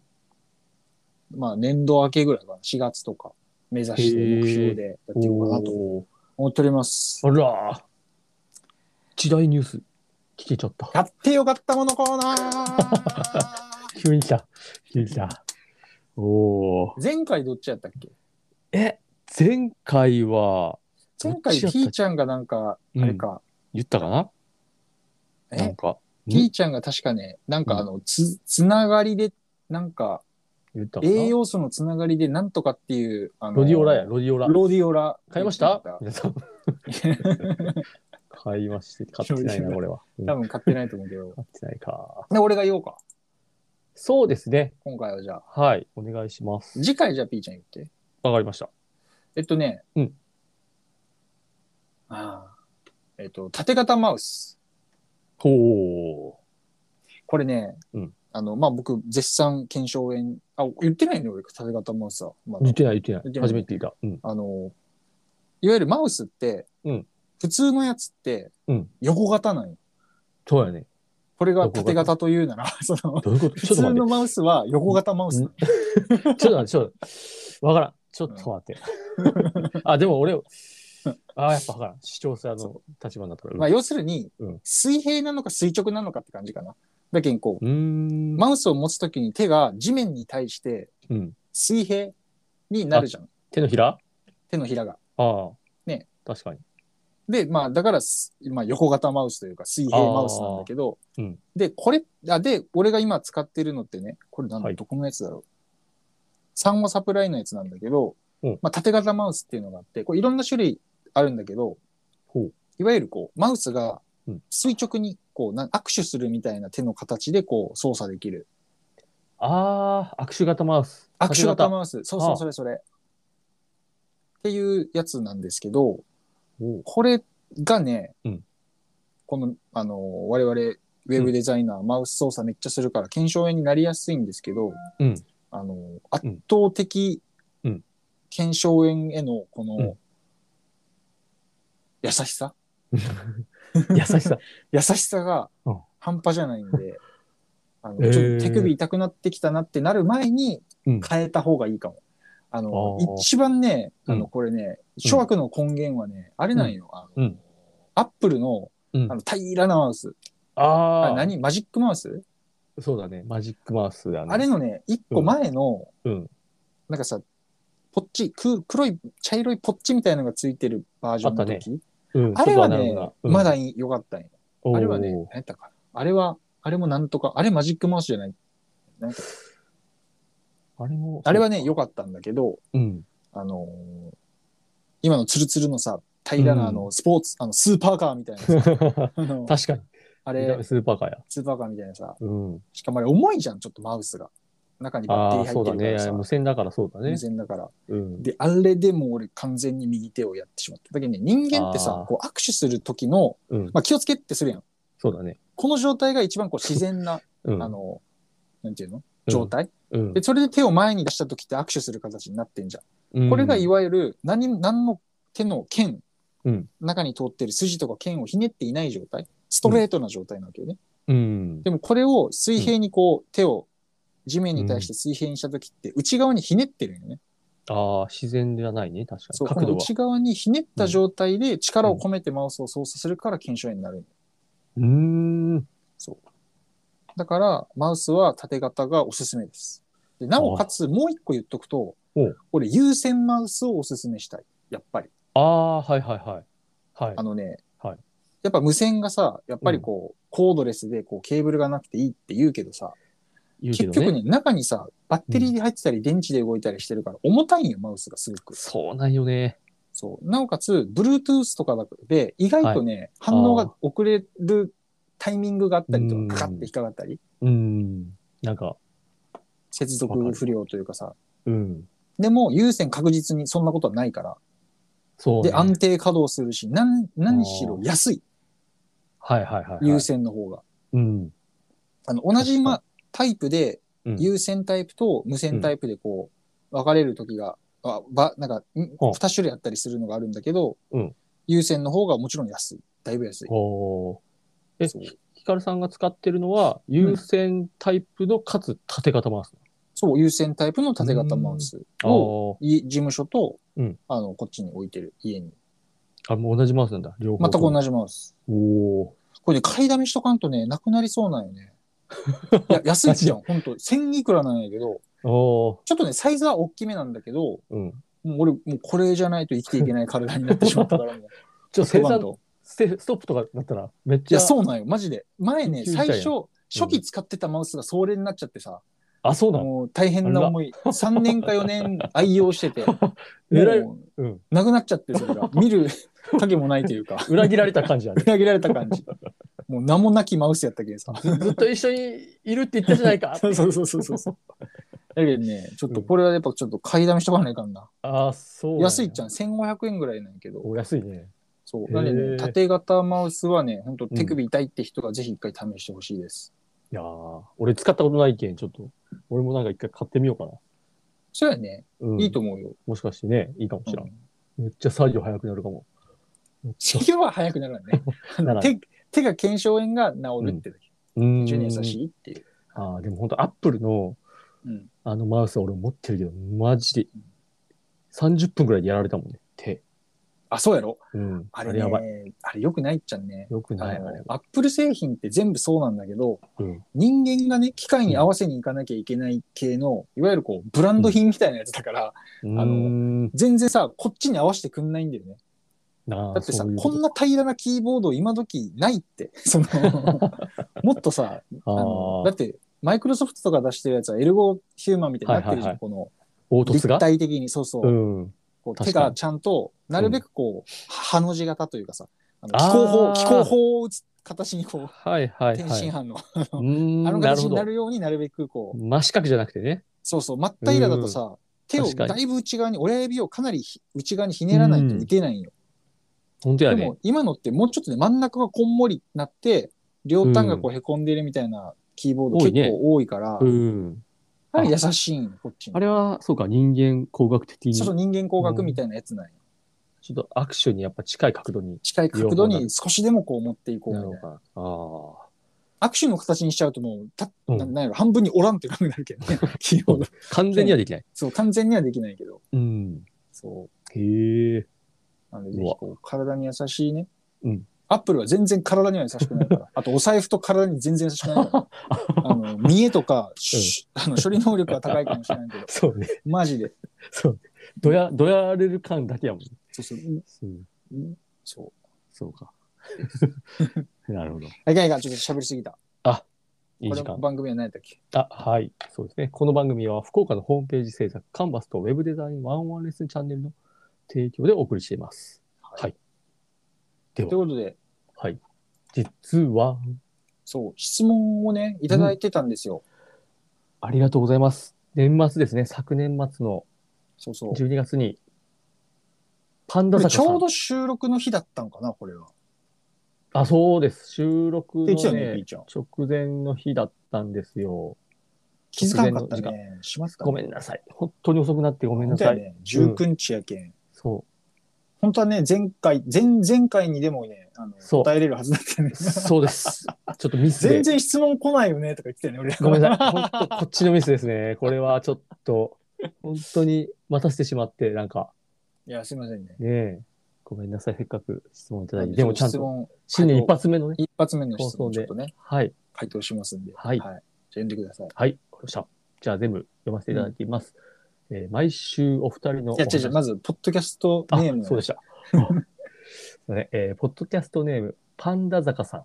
S2: まあ年度明けぐらいかな、4月とか目指して目標でやっていこうかなと
S1: おお。
S2: 思っております。
S1: あらー。時代ニュース。聞けちゃった。
S2: やってよかったものコーナー
S1: 急に来た。急に来た。おお。
S2: 前回どっちやったっけ
S1: え、前回は、
S2: 前回、
S1: どっちやったっけ
S2: T ちゃんがなんか、あれか、
S1: 言ったかなな
S2: え
S1: んか、ん
S2: T ちゃんが確かね、なんかあの、つ、つながりで、なんか、
S1: 言ったかな
S2: 栄養素のつながりでなんとかっていう、あの、
S1: ロディオラや、ロディオラ。
S2: ロディオラ。
S1: 買いました皆さん。 買いまして、買ってない な、これは。うん
S2: 多分買ってないと思うけど。
S1: 買ってないか。
S2: で、俺が言おうか。
S1: そうですね。
S2: 今回はじゃあ。
S1: はい。お願いします。
S2: 次回じゃあ P ちゃん言って。
S1: わかりました。
S2: えっとね。
S1: うん。
S2: ああ。えっと、縦型マウス。
S1: ほー。
S2: これね、
S1: うん
S2: あの、まあ、僕、絶賛検証炎、あ、言ってないの俺、縦型マウスは。まだ
S1: 言ってない、言っ
S2: 言ってて
S1: ない。
S2: ない
S1: 初めて聞いた。うん。
S2: あの、いわゆるマウスって、
S1: うん
S2: 普通のやつって
S1: うん、
S2: 横型なんよ。
S1: そうやね。
S2: これが縦型というなら、 その、
S1: どういうことち
S2: 普
S1: ょっと
S2: 通
S1: 待っ
S2: のマウスは横型マウス。
S1: て。ちょっと待って、ちょっと待って。わからん。ちょっと待 って。あ、でも俺、あやっぱわからん。視聴者の立場になったから。
S2: まあ、要するに
S1: うん、
S2: 水平なのか垂直なのかって感じかな。だけど、こ
S1: うーん。
S2: う、マウスを持つときに手が地面に対して
S1: うん。
S2: 水平になるじゃん。
S1: 手のひら
S2: 手のひらが。
S1: ああ。
S2: ね。
S1: 確かに。
S2: で、まあ、だからす、まあ、横型マウスというか、水平マウスなんだけど、
S1: あーうん
S2: で、これ、あ、で、俺が今使ってるのってね、これなんだ、
S1: はい
S2: どこのやつだろう。サンゴサプライのやつなんだけど、
S1: うん
S2: まあ、縦型マウスっていうのがあって、これいろんな種類あるんだけど、
S1: ほう
S2: いわゆるこう、マウスが
S1: うん
S2: 垂直に、こう、なん握手するみたいな手の形でこう、操作できる。
S1: ああ、握手型マウス。
S2: 握手型
S1: ウ
S2: マウス。そうそ
S1: あ
S2: う、
S1: あ
S2: それそれ。っていうやつなんですけど、
S1: ス。おう
S2: これがね、
S1: うん
S2: この、あの、我々、ウェブデザイナー、マウス操作めっちゃするから、検証炎になりやすいんですけど、
S1: うん
S2: あの、圧倒
S1: う
S2: 的、
S1: ん
S2: 検証炎への、この、
S1: うん
S2: 優しさ
S1: 優しさ。
S2: 優しさが
S1: うん
S2: 半端じゃない んで、あの
S1: えー
S2: ちょっと手首痛くなってきたなってなる前に
S1: うん
S2: 変えた方がいいかも。あの
S1: あー
S2: 一番ね、あ
S1: うん
S2: のこれね、諸悪の根源はね、あれなんよ。あ
S1: う
S2: の
S1: ん
S2: アップルの
S1: うん
S2: あの平らなマウス。あ
S1: あ
S2: れ
S1: あ。
S2: 何マジックマウス
S1: そうだね。マジックマウスだね。
S2: あれのね、一個前の、
S1: うん。
S2: なんかさ、ポッチ、く黒い、茶色いポッチみたいなのがついてるバージョンの
S1: あった
S2: 時。
S1: うん
S2: あれはね、ま、だ
S1: ち
S2: い良かったんよ。
S1: ょっとアナ
S2: あれ
S1: ログ
S2: は
S1: な
S2: ね、
S1: うん
S2: 何やったかな。あれは、あれもなんとか、あれマジックマウスじゃない。なんか
S1: おーあれも。
S2: あれはね、良かったんだけど、
S1: うん。
S2: あのー今のツルツルのさ、平らなあ
S1: う
S2: の、スポーツ、あの、スーパーカーみたいな さあの
S1: 確かに。
S2: あれ、
S1: スーパーカーや。
S2: スーパーカーみたいなさ、
S1: うん。
S2: しかもあれ重いじゃん、ちょっとマウスが。中にバッ
S1: あ
S2: テ
S1: あ、
S2: リー
S1: そう
S2: 入
S1: だ
S2: ってるからさ
S1: ね。、無線だからそうだね
S2: 無。線だから。
S1: うん。
S2: で、あれでもう俺完全に右手をやってしまった。だけどね、人間って
S1: あ
S2: さ
S1: ー、
S2: こう握手する時の、
S1: うん。
S2: まあ気をつけってするやん。
S1: そうだね。
S2: この状態が一番こう自然な、
S1: うん。
S2: あの、なんていうの状態、
S1: うん
S2: で、それで手を前に出した時って握手する形になってんじゃん。
S1: うん。
S2: これがい
S1: わ
S2: わゆる何何の手の剣、
S1: うん
S2: 中に通ってる筋とか剣をひねっていない状態ストレートな状態なわけよね、
S1: うん。
S2: でもこれを水平にこう、手を地面に対して水平にした時って内側にひねってるんよね、
S1: ああ、自然じゃないね。確
S2: そう
S1: か
S2: こ
S1: に。角度
S2: の
S1: は。
S2: 内側にひねった状態で力を込めてマウスを操作するから検証炎になるんよ
S1: うーん。
S2: だからマウスは縦型がおすすめですでなおかつもう一個言っとくと
S1: おう
S2: 俺有線マウスをおすすめしたいやっぱり
S1: ああ、はいはいはい。は
S2: あ
S1: い。
S2: のね、
S1: はい
S2: やっぱ無線がさ、やっぱりこう、コードレスでこうケーブルがなくていいって言うけどさ、
S1: 言うけ
S2: 結
S1: ど
S2: 局
S1: ね。
S2: ね、中にさ、バッテリーで入ってたり、電池で動いたりしてるから、重たいんよ、マウスがすごく。
S1: そうなんよね。
S2: そう。なおかつ、Bluetooth とかで、意外とね、反応が遅れるタイミングがあったりと
S1: うん
S2: か、カカって引っかかったり、
S1: うん。なんか、
S2: 接続不良というかさ、
S1: うん。
S2: でも、有線確実にそんなことはないから、
S1: そうね。
S2: で、安定稼働するし、なん、何しろ安い、
S1: はいはいはいはい。
S2: 有線の方が。
S1: うん。
S2: あの、同じ、ま、タイプで、
S1: うん
S2: 有線タイプと無線タイプでこう、分かれる時が、あば、なんか、ん
S1: あ
S2: 二種類あったりするのがあるんだけど
S1: うん、
S2: 有線の方がもちろん安い。だいぶ安い。
S1: おーえ、
S2: そう
S1: ヒカルさんが使ってるのは、有線タイプのかつ縦型マウス。
S2: そう、有線タイプの縦型マウス
S1: あ
S2: を、
S1: ー
S2: い事務所と
S1: うん、
S2: あの、こっちに置いてる、家に。
S1: あ、もう同じマウスなんだ。両方。
S2: 全く同じマウス。
S1: じ。おー
S2: これね、買いだめしとかんとね、なくなりそうなんよね。いや、安いじゃん。ほんと、1000いくらなんやけど、
S1: お
S2: ちょっとね、サイズは大きめなんだけど、
S1: ーうん。
S2: もう俺、もうこれじゃないと生きていけない体になってしまったから、もう。
S1: ちょっと 生
S2: 一晩
S1: 産
S2: と
S1: ステストップとかだったら、めっ
S2: い
S1: ちゃ。
S2: や、そうなんよ。マジで。前ね、
S1: 緊急事態
S2: 最
S1: やん
S2: 初、初期使ってたマウスがそれになっちゃってさ、
S1: あ、そうなの
S2: もう大変な思い。3年か4年愛用し てて、
S1: えらい
S2: もう
S1: うん。
S2: なくなっちゃって、それが。見る影もないというか、
S1: 裏切られた感じだ ね。
S2: 裏切られた感じ。もう名もなきマウスやったけ どさ。
S1: ずっと一緒にいるって言ったじゃない か。
S2: そうそうそうそうそうそう。だけどね、ちょっとこれはやっぱちょっと買いだめしとかないかんな。
S1: あー、そう。
S2: 安いじゃ
S1: ん
S2: ん。1500円ぐらいなんやけど。
S1: や。お安いね。
S2: そう。なんでね
S1: へー
S2: 縦型マウスはね、本当手首痛いって人がぜひ一回試してほしいです。
S1: いやー俺使ったことないけん、ちょっと。俺もなんか一回買ってみようかな。
S2: そうやね。
S1: うん、
S2: いいと思うよ。
S1: もしかしてね、いいかもしれ
S2: うん
S1: ん。めっちゃ作業早くなるかも。
S2: 治療は早くな らないね。
S1: ならん
S2: 手手が腱鞘炎が治るってだけ。
S1: うん。
S2: 10年優しいっていう。
S1: ああ、でも本当アップルの
S2: うん
S1: あのマウスは俺持ってるけど、マジで30分くらいでやられたもんね。手。
S2: あ、そうやろ
S1: うん。
S2: あ
S1: あ
S2: れ、
S1: れ
S2: ね、あ
S1: やばい。
S2: れ良くないっちゃね。
S1: よく
S2: あ
S1: ない。あれ
S2: のアップル製品って全部そうなんだけど、
S1: うん
S2: 人間がね、機械に合わせに行かなきゃいけない系の、いわゆるこう、ブランド品みたいなやつだから、
S1: う
S2: あの
S1: ん
S2: 全然さ、こっちに合わせてくんないんだよね。
S1: なあ
S2: だってさ、
S1: そういう
S2: こんな平らなキーボード今時ないって。 その、 もっとさ、あの
S1: と
S2: だ
S1: ああ、
S2: って、マイクロソフトとか出してるやつはエルゴヒューマンみたいになってるじゃ
S1: はいはいは
S2: ん、
S1: い
S2: この
S1: 凹凸
S2: 立
S1: が
S2: 体的に、そうそう、
S1: うん。
S2: こう
S1: 確か
S2: 手
S1: に
S2: がちゃんと、なるべくこう、ハの字型というかさ、あの
S1: あー
S2: 気候法、気候法を打つ形にこ
S1: はいは
S2: う、
S1: い
S2: 天
S1: は
S2: 津
S1: い。
S2: 飯の、
S1: う
S2: あ
S1: ん
S2: の
S1: なる
S2: 形
S1: ほ
S2: にな
S1: ど。
S2: るようになるべくこう、
S1: 真四角じゃなくてね。
S2: そうそう、真っ平らだとさ、手を
S1: 確かに
S2: だいぶ内側に、親指をかなりひ内側にひねらないといけないんよ。
S1: 本当や
S2: で
S1: ね。
S2: も、今のってもうちょっとね、真ん中がこんもりなって、両端がこう凹んでるみたいなキーボード
S1: 多
S2: 結
S1: いね
S2: 構多いから、
S1: うん。
S2: やはり優しいんよこっちに
S1: あ。れは、そうか、人間工学的に、
S2: ちょっと
S1: ち
S2: 人間工学みたいなやつなんよ
S1: ょっとアクションにやっぱ近い角度に
S2: 近い角度に少しでもこう持っていこうみ
S1: な
S2: たい
S1: るの
S2: な。
S1: か。あ
S2: 握手の形にしちゃうともう、た、
S1: あ。う。
S2: なんなんやろ、半分に折らんという感じになるけどね、 キーボード。
S1: 完全にはできない。
S2: そう、完全にはできないけど。
S1: うん。
S2: そ
S1: へえ。
S2: う。なんで、ぜひこう、体に優しいね。
S1: うん。
S2: アップルは全然体には優しくないから。あと、お財布と体に全然優しくないから。あの、見栄とか、しあの処理能力は高いかもしれな いけど、
S1: そうね。
S2: マジで。
S1: そう。どや、どやれる感だけやもん。
S2: そうそう。
S1: うん。
S2: うんそう。
S1: そう か。なるほど。
S2: あいかんいかん、ちょっと喋りすぎた。
S1: いい時
S2: これ
S1: 間。
S2: 番組は何やったっけ
S1: あ、はい。そうですね。この番組は福岡のホームページ制作、カンバスとウェブデザインワンワンレッスンチャンネルの提供でお送りしています。はい。で
S2: という
S1: は、
S2: ことで、
S1: はい。実は、
S2: そう、質問をね、いただいてたんですよ。
S1: ありがとうございます。年末ですね。昨年末の
S2: そうそう。
S1: 12月に、パンダ
S2: こ
S1: 坂
S2: れち
S1: さん。
S2: ょうど収録の日だったのかな、これは。
S1: あ、そうです。収録
S2: できた
S1: の、
S2: よね、ピ
S1: ね
S2: ー、ちゃん。
S1: 直前の日だったんですよ。
S2: 気づかなかった
S1: 直
S2: ね。しまった、ね。
S1: ごめんなさい。本当に遅くなってごめんな
S2: だ
S1: さ
S2: よ
S1: い。
S2: ね。19日やけん。
S1: そ
S2: 本当はね、前回、前、前回にでもね、あの、
S1: そう
S2: 答えれるはずだったよね
S1: う。。そうです。ちょっとミスで。
S2: 全然質問来ないよね、とか言ってたよね、俺ら。
S1: ごめんなさい。本当こっちのミスです ね。これはちょっと、本当に待たせてしまって、なんか、
S2: い。いや、すいませんね。
S1: ねえ、ごめんなさい。せっかく質問いただいて。でもちゃん
S2: 質
S1: と、
S2: 問、
S1: 新年一発目のね。
S2: 一発目の質
S1: 放送
S2: 問ちょっ
S1: で
S2: とね、
S1: はい。
S2: 回答しますんで。
S1: はい
S2: じゃあ読んでください。
S1: はい。わかりました。じゃあ全部読ませていただきます。えー毎週お二人のお
S2: いや、違う
S1: 話。
S2: 違う、まず、ポッドキャスト
S1: あ
S2: ネームの
S1: そうでした。 あねえーポッドキャストネーム、パンダ坂さ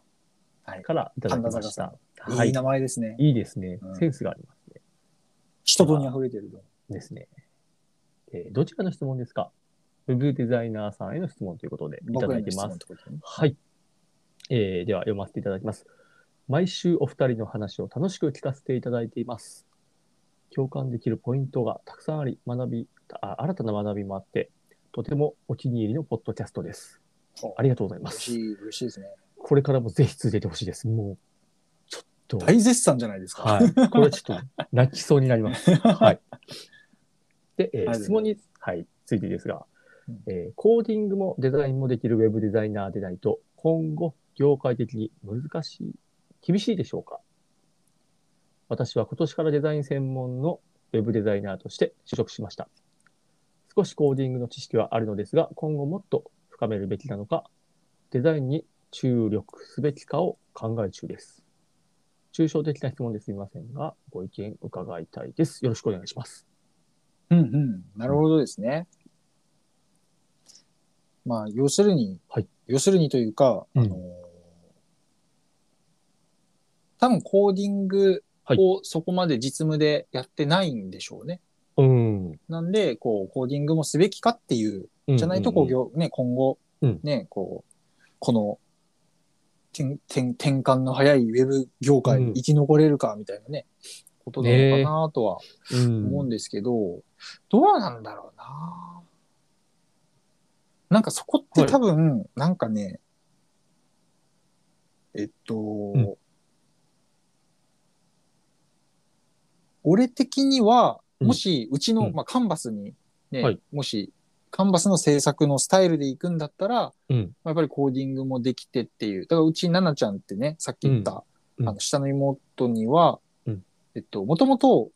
S2: はい
S1: んからいただきました。はい
S2: い
S1: い。
S2: 名前ですね。
S1: いいですね
S2: うん。
S1: センスがありますね。
S2: 人とに溢れてると。
S1: ですね。えーどちらの質問ですかウェブデザイナーさんへの質問ということでいた
S2: 僕
S1: だい
S2: らの
S1: て
S2: 質
S1: ま
S2: 問っ
S1: す
S2: て。ことね。
S1: はい、えーでは読ませていただきます。毎週お二人の話を楽しく聞かせていただいています。共感できるポイントがたくさんあり、学び、あ新たな学びもあって、とてもお気に入りのポッドキャストです。
S2: ほ
S1: ありがとうございま
S2: 嬉
S1: す
S2: し。い、嬉しいですね。
S1: これからもぜひ続いてほしいです。もう、ちょっと。
S2: 大絶賛じゃないですか。
S1: はい。これはちょっと泣きそうになり ます。はい。で、えー
S2: はい
S1: 質問に、はい、ついてですが
S2: うん、
S1: えーコーディングもデザインもできるウェブデザイナーでないと、今後、業界的に難しい、厳しいでしょうか私は今年からデザイン専門のウェブデザイナーとして就職しました。少しコーディングの知識はあるのですが、今後もっと深めるべきなのか、デザインに注力すべきかを考え中です。抽象的な質問ですみませんが、ご意見伺いたいです。よろしくお願いします。
S2: うんうん。なるほどですね。まあ、要するに、
S1: はい
S2: 要するにというか、
S1: うん
S2: あのー多分コーディング
S1: はい
S2: をそこまで実務でやってないんでしょうね。
S1: うん。
S2: なんで、こう、コーディングもすべきかっていう、じゃないと、こう、
S1: 業
S2: 業ね、今後
S1: うん、
S2: ね、こう、この、転、転、転換の早いウェブ業界
S1: う
S2: に
S1: ん
S2: 生き残れるか、みたいなね、ことなのかなとは思うんですけど、どうなんだろうな。なんかそこって多分、なんかね、えっと、
S1: ん
S2: 俺的には、
S1: うん
S2: もし、うちの、
S1: うん
S2: まあ、カンバスに、ね、
S1: はい
S2: もし、カンバスの制作のスタイルで行くんだったら、ま
S1: うん。
S2: あやっぱりコーディングもできてっていう。だから、うち、ナナちゃんってね、さっき言った、
S1: うんうん
S2: あの、下の妹には、
S1: うん
S2: えっと、もともと、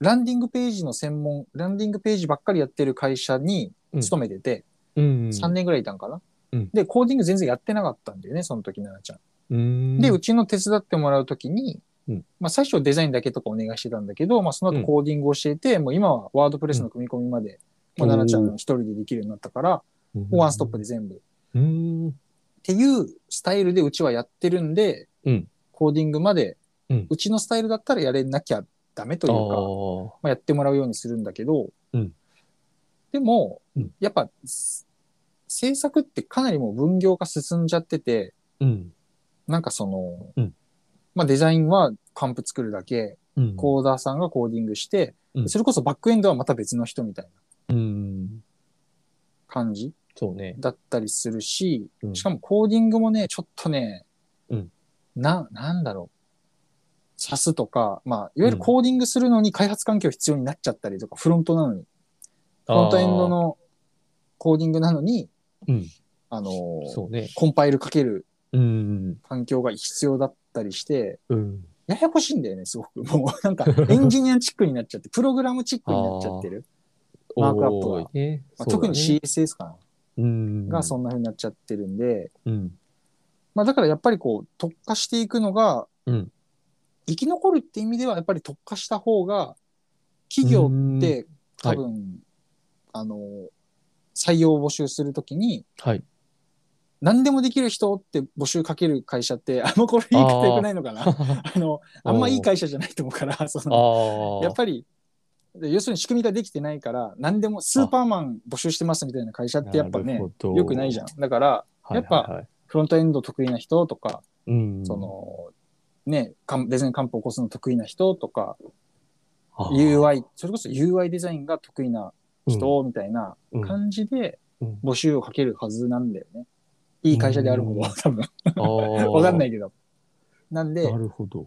S2: ランディングページの専門、ランディングページばっかりやってる会社に勤めてて、
S1: うん。
S2: 3年ぐらいいたんかな、
S1: うん
S2: で、コーディング全然やってなかったんだよね、その時、奈々ちゃん。
S1: うん。
S2: で、うちの手伝ってもらう時に、
S1: うん
S2: まあ最初はデザインだけとかお願いしてたんだけど、まあその後コーディングを教えて、もう今はワードプレスの組み込みまで、
S1: うん
S2: まあ奈々ちゃん一人でできるようになったから、もうワンストップで全部。っ
S1: うん。
S2: ていうスタイルでうちはやってるんで、
S1: うん
S2: コーディングまで、
S1: うん
S2: ちのスタイルだったらやれなきゃダメというか、
S1: あ
S2: まあ、やってもらうようにするんだけど、
S1: うん
S2: でも、
S1: うん
S2: やっぱ、す制作ってかなりもう分業が進んじゃってて、
S1: あ。うん。
S2: なんかその、
S1: うん
S2: まあデザインはカンプ作るだけ、
S1: うん。
S2: コーダーさんがコーディングして、
S1: うん
S2: それこそバックエンドはまた別の人みたいな
S1: うん。
S2: 感じ
S1: そうね。
S2: だったりするし、
S1: うん
S2: しかもコーディングもね、ちょっとね、
S1: うん
S2: な、なんだろう。サスとか、まあ、いわゆるコーディングするのに開発環境必要になっちゃったりとか、フロントなのに。フロントエンドのコーディングなのに、
S1: うん
S2: あの
S1: あー。そうね。
S2: コンパイルかける
S1: うん。
S2: 環境が必要だったりして、
S1: うん。
S2: ややこしいんだよね、すごく。もうな んか、エンジニアチックになっちゃって、プログラムチックになっちゃってる。マークアップが
S1: 多いね。
S2: まあ、特に
S1: そう
S2: CSS かな、
S1: だねうん。
S2: がそんな風になっちゃってるんで、
S1: うん。
S2: まあだからやっぱりこう、特化していくのが、
S1: うん
S2: 生き残るって意味ではやっぱり特化した方が、企業って
S1: うん
S2: 多分、あの、採用を募集するときに、
S1: はい。
S2: 何でもできる人って募集かける会社って、あんまこれ言い方よくないのかなあの、あんまいい会社じゃないと思うから、 そ
S1: あ
S2: の、
S1: あ。
S2: やっぱり、で要するに仕組みができてないから、何でもスーパーマン募集してますみたいな会社ってやっぱね、良くないじゃん。だから、
S1: ん
S2: やっぱフロントエンド得意な人とか、
S1: うん。
S2: その、ね、かんデザインカンプを起こすの得意な人とか、
S1: あー、
S2: UI、それこそ UI デザインが得意な人みたいな
S1: うん、うん
S2: 感じで
S1: うん
S2: 募集をかけるはずなんだよね。いい会社であるほど
S1: う、
S2: 多分。
S1: あー
S2: わかんないけど。なんで
S1: な、るほど。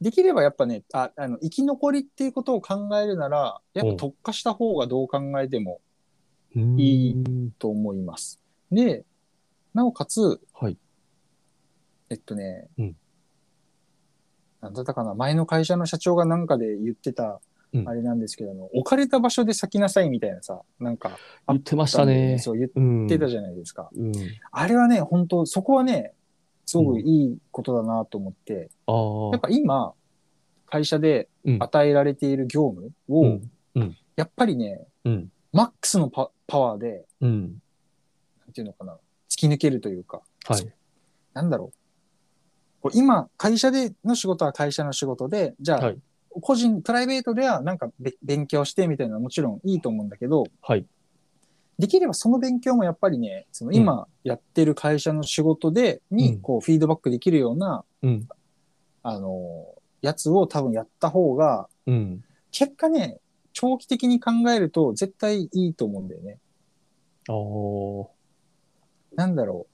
S2: できればやっぱね、ああの生き残りっていうことを考えるなら、やっぱ特化した方がどう考えてもいい
S1: うん。
S2: と思います。で、なおかつ、
S1: はい。
S2: えっとね、
S1: うん
S2: なんだったかな、前の会社の社長がなんかで言ってた
S1: う、ん
S2: あれなんですけど、あの置かれた場所で咲きなさいみたいなさ、なんか、
S1: 言ってましたね。
S2: そう言っ
S1: うん。
S2: てたじゃないですか。
S1: うん。
S2: あれはね、本当そこはね、すごくいいことだなと思って、
S1: ああ。
S2: やっぱ今、会社で
S1: うん
S2: 与えられている業務を、
S1: うん。
S2: やっぱりね、
S1: うん。
S2: マックスのパパワーで、
S1: うん。
S2: なんていうのかな、突き抜けるというか、
S1: はい。
S2: なんだろう。こう今、会社での仕事は会社の仕事で、じゃあ、
S1: はい
S2: 個人、プライベートではなんかべ勉強してみたいなのはもちろんいいと思うんだけど、
S1: はい。
S2: できればその勉強もやっぱりね、その今やってる会社の仕事で、
S1: うん
S2: に、こう、フィードバックできるような、
S1: うん。
S2: あのー、やつを多分やった方が、
S1: うん。
S2: 結果ね、長期的に考えると絶対いいと思うんだよね。
S1: ああ。
S2: なんだろ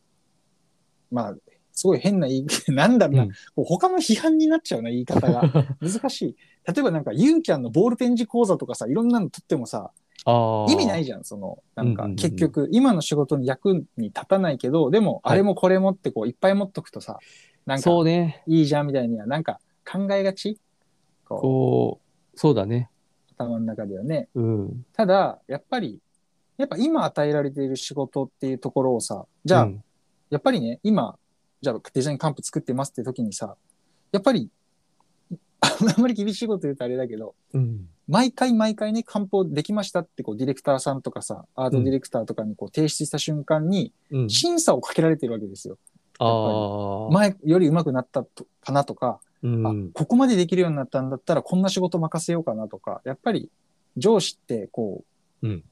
S2: う。まあ、すごい変な言い、 なんだろうな、
S1: うん
S2: こう他の批判になっちゃうな、言 い方が。難しい。例えばなんか、ユーキャンのボールペン字講座とかさ、いろんなの取ってもさ、
S1: ああ。
S2: 意味ないじゃん、その、なん
S1: うん
S2: か
S1: うんうん、
S2: 結局、今の仕事に役に立たないけど、でも、
S1: はい
S2: あれもこれもってこう、いっぱい持っとくとさ、なんか
S1: そ、うね。
S2: いいじゃんみたいには、なんか、考えがちこ
S1: こう、そうだね。
S2: う、頭の中ではね。
S1: うん。
S2: ただ、やっぱり、やっぱ今与えられている仕事っていうところをさ、じゃあ、
S1: うん
S2: やっぱりね、今、じゃあデザインカンプ作ってますって時にさ、やっぱり、 ああんまり厳しいこと言うとあれだけど、
S1: うん。
S2: 毎回毎回ね、カンプをできましたって、こう、ディレクターさんとかさ、アートディレクターとかにこう、提出した瞬間に、
S1: うん。
S2: 審査をかけられてるわけですよ。
S1: ああ。
S2: 前より上手くなったとかなとか、
S1: う
S2: あ
S1: ん。
S2: ここまでできるようになったんだったら、こんな仕事任せようかなとか、やっぱり、上司って、こう、
S1: うん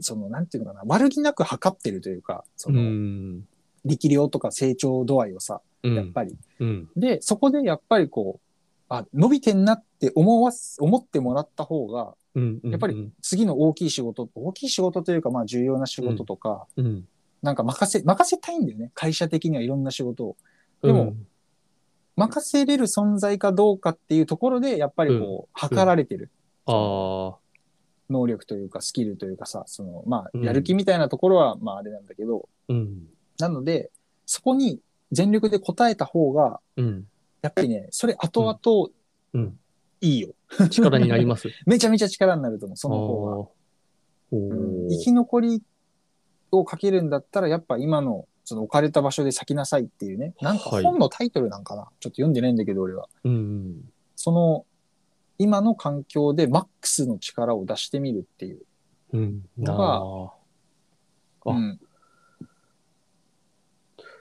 S2: その、なんていうのかな、悪気なく測ってるというか、そうの、
S1: ん。
S2: 力量とか成長度合いをさ、
S1: うん
S2: やっぱり。
S1: うん。
S2: で、そこでやっぱりこう、あ、伸びてんなって思わす、思ってもらった方が、
S1: うん。
S2: やっぱり、次の大きい仕事、大きい仕事というか、まあ重要な仕事とか、
S1: うん。
S2: なんか任せ、任せたいんだよね。会社的にはいろんな仕事を。でも
S1: うん、
S2: 任せれる存在かどうかっていうところで、やっぱりこう、測られてる。
S1: ああ。
S2: 能力というか、スキルというかさ、その、まあ、
S1: うん
S2: やる気みたいなところは、まああれなんだけど、
S1: うん。
S2: なので、そこに全力で応えた方が、
S1: うん。
S2: やっぱりね、それ後々
S1: うん。
S2: いいよ。
S1: 力になります。
S2: めちゃめちゃ力になると思う、その方が。
S1: あーおー
S2: 生き残りをかけるんだったら、やっぱ今の、その置かれた場所で咲きなさいっていうね。なんか
S1: はい
S2: 本のタイトルなんかな、ちょっと読んでないんだけど、俺は。
S1: うん。
S2: その、今の環境でマックスの力を出してみるっていう。
S1: うん。
S2: のが
S1: ああ
S2: うん。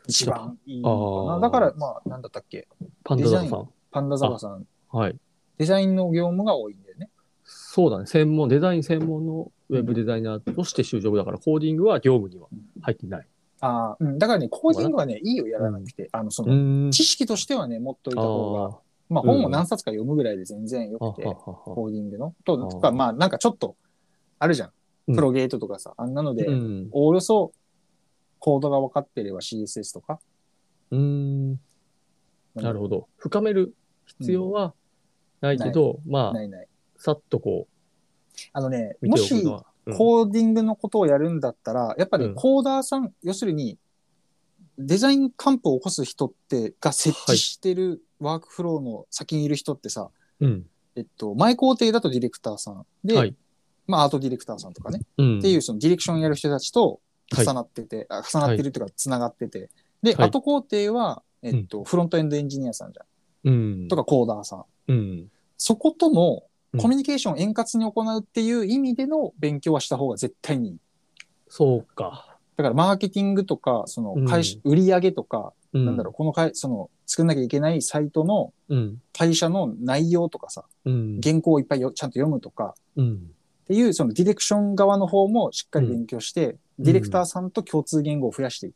S2: 一番いいのか
S1: あー
S2: な。だから、まあ、なんだったっけ。
S1: あ。パンダザワさ
S2: デ
S1: ん。
S2: パンダザワさん、
S1: はい。
S2: デザインの業務が多いんだよね。
S1: そうだね。専門、デザイン専門のウェブデザイナーとして就職だから、コーディングは業務には入っていない。
S2: ああ、うん。だからね、コーディングはね、いいよ、やらなくて。あの、その、
S1: ん
S2: 知識としてはね、持っとい
S1: あ
S2: た
S1: あ
S2: 方が、
S1: ー。
S2: まあ、本を何冊か読むぐらいで全然よ
S1: あは
S2: くて、
S1: はは
S2: コーディングの。と、
S1: あー
S2: とか、まあ、なんかちょっと、あるじゃ
S1: うん
S2: ん。プロゲートとかさ、あんなので
S1: う、ん。
S2: おおよそ、コードが分かってれば CSS とか。
S1: うん。なるほど。深める必要はないけど、ま
S2: な
S1: あ、
S2: いない。
S1: さっとこ
S2: あのね、
S1: う、見
S2: も
S1: てお
S2: し
S1: くの、は。うん
S2: コーディングのことをやるんだったら、やっぱり
S1: うん
S2: コーダーさん、要するに、デザインカンプを起こす人って、が設置してるワークフローの先にいる人ってさ、
S1: うん。
S2: えっと、前工程だとディレクターさんで、
S1: はい。
S2: まあアートディレクターさんとかね、
S1: うん。
S2: っていうそのディレクションやる人たちと
S1: はい
S2: 重なってて、あ重なってるというか繋がってて、で、
S1: はい
S2: 後工程は、えっと、フロントエンドエンジニアさんじゃん、
S1: うん。
S2: とかコーダーさん。
S1: うん。
S2: そことの
S1: うん
S2: コミュニケーションを円滑に行うっていう意味での勉強はした方が絶対にいい。
S1: そうか。
S2: だからマーケティングとか、その会社、売り上げとか、
S1: な
S2: なんだろう、この会、その作んなきゃいけないサイトの
S1: う。うん。
S2: 会社の内容とかさ、
S1: うん。
S2: 原稿をいっぱいよちゃんと読むとか、
S1: うん。
S2: っていう、そのディレクション側の方もしっかり勉強して、
S1: ん
S2: ディレクターさんと共通言語を増やしてい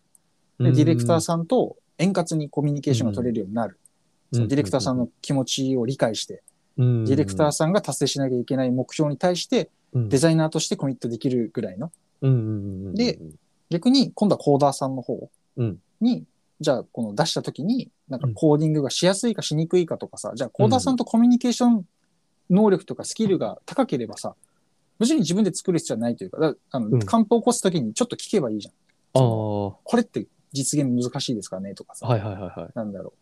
S2: く。で、ディレクターさんと円滑にコミュニケーションが取れるようになる。そのディレクターさんの気持ちを理解して、
S1: うん、
S2: ディレクターさんが達成しなきゃいけない目標に対して、
S1: うん
S2: デザイナーとしてコミットできるぐらいの。
S1: うんうんうん、
S2: で、逆に、今度はコーダーさんの方
S1: うん
S2: に、じゃあ、この出した時に、なんかコーディングがしやすいかしにくいかとかさ、じゃあ、コーダーさんとコミュニケーション能力とかスキルが高ければさ、別に自分で作る必要はないというか、だあ
S1: うん
S2: の、漢方を起こす時にちょっと聞けばいいじゃん。
S1: ああ、は
S2: これって実現難しいですかねとか
S1: い
S2: さ、
S1: はいはいはい。
S2: なんだろ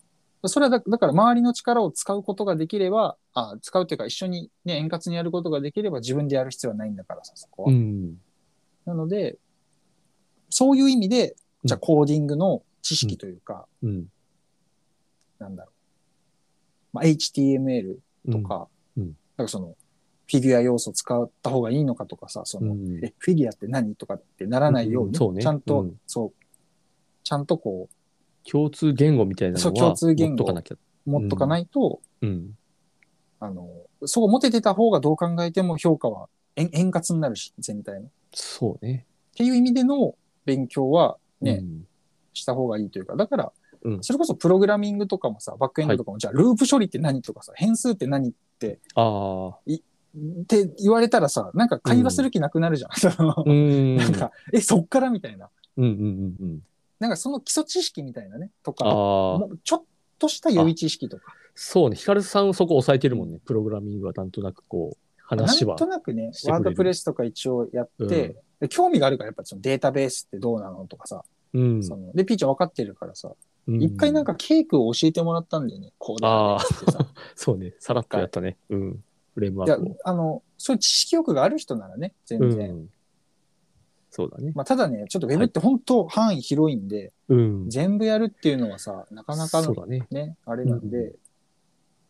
S2: う。それはだ、だから周りの力を使うことができれば、あ使うというか一緒にね、円滑にやることができれば自分でやる必要はないんだからさ、そこは。
S1: うん。
S2: なので、そういう意味で、じゃ
S1: う
S2: あコーディングの知識というか、
S1: うん。
S2: なんだろう。まあ、HTML とか、
S1: うんうん
S2: なんかその、フィギュア要素使った方がいいのかとかさ、そ
S1: うん、
S2: の、
S1: うん
S2: え、フィギュアって何とかってならないように、
S1: うんそうね
S2: ちゃんと、
S1: うん
S2: そう、ちゃんとこ
S1: 共通言語みたいな
S2: そ
S1: の
S2: う
S1: は
S2: 共通言
S1: 持っと
S2: 語
S1: かなきゃ。
S2: う、持っとかないと、
S1: うん。
S2: あの、そこ持ててた方がどう考えても評価は円円滑になるし、全体の。っ
S1: そうね。
S2: ていう意味での勉強はね、
S1: うん
S2: した方がいいというか、だから
S1: う、ん
S2: それこそプログラミングとかもさ、バックエンドとかも、じゃあループ処理って何とかさ、変数って何っ
S1: ああ。
S2: て言われたらさ、なんか会話する気なくなるじゃん。その
S1: うん。
S2: なんか、え、そっからみたいな。
S1: うんうんうんうん。
S2: なんかその基礎知識みたいなね、とか、
S1: ああ。
S2: もうちょっとした予備知識とか、
S1: そうね。ヒカルさんそこ抑えてるもんね。プログラミングはなんとなくこう、
S2: な
S1: 話
S2: ん
S1: は
S2: と。なくね
S1: し、てくれ
S2: ワ
S1: る
S2: ードプレスとか一応やって、
S1: うん
S2: で興味があるからやっぱそのデータベースってどうなのとかさ、
S1: うん。
S2: そので、ピーちゃん分かってるからさ、
S1: うん
S2: 一回なん、かケークを教えてもらったんだよね、こうだねって さ。
S1: そうね。さらっとやったね。うん。フレームワ
S2: い
S1: ー
S2: や
S1: クを。、
S2: あの、そういう知識欲がある人ならね、全
S1: う
S2: 然。
S1: ん。そうだね。
S2: まあ、ただね、ちょっと Web って本当範囲広いんで、
S1: うん。
S2: 全部やるっていうのはさ、なかなか
S1: そ
S2: の
S1: うだね。
S2: ね、あれなんで、
S1: う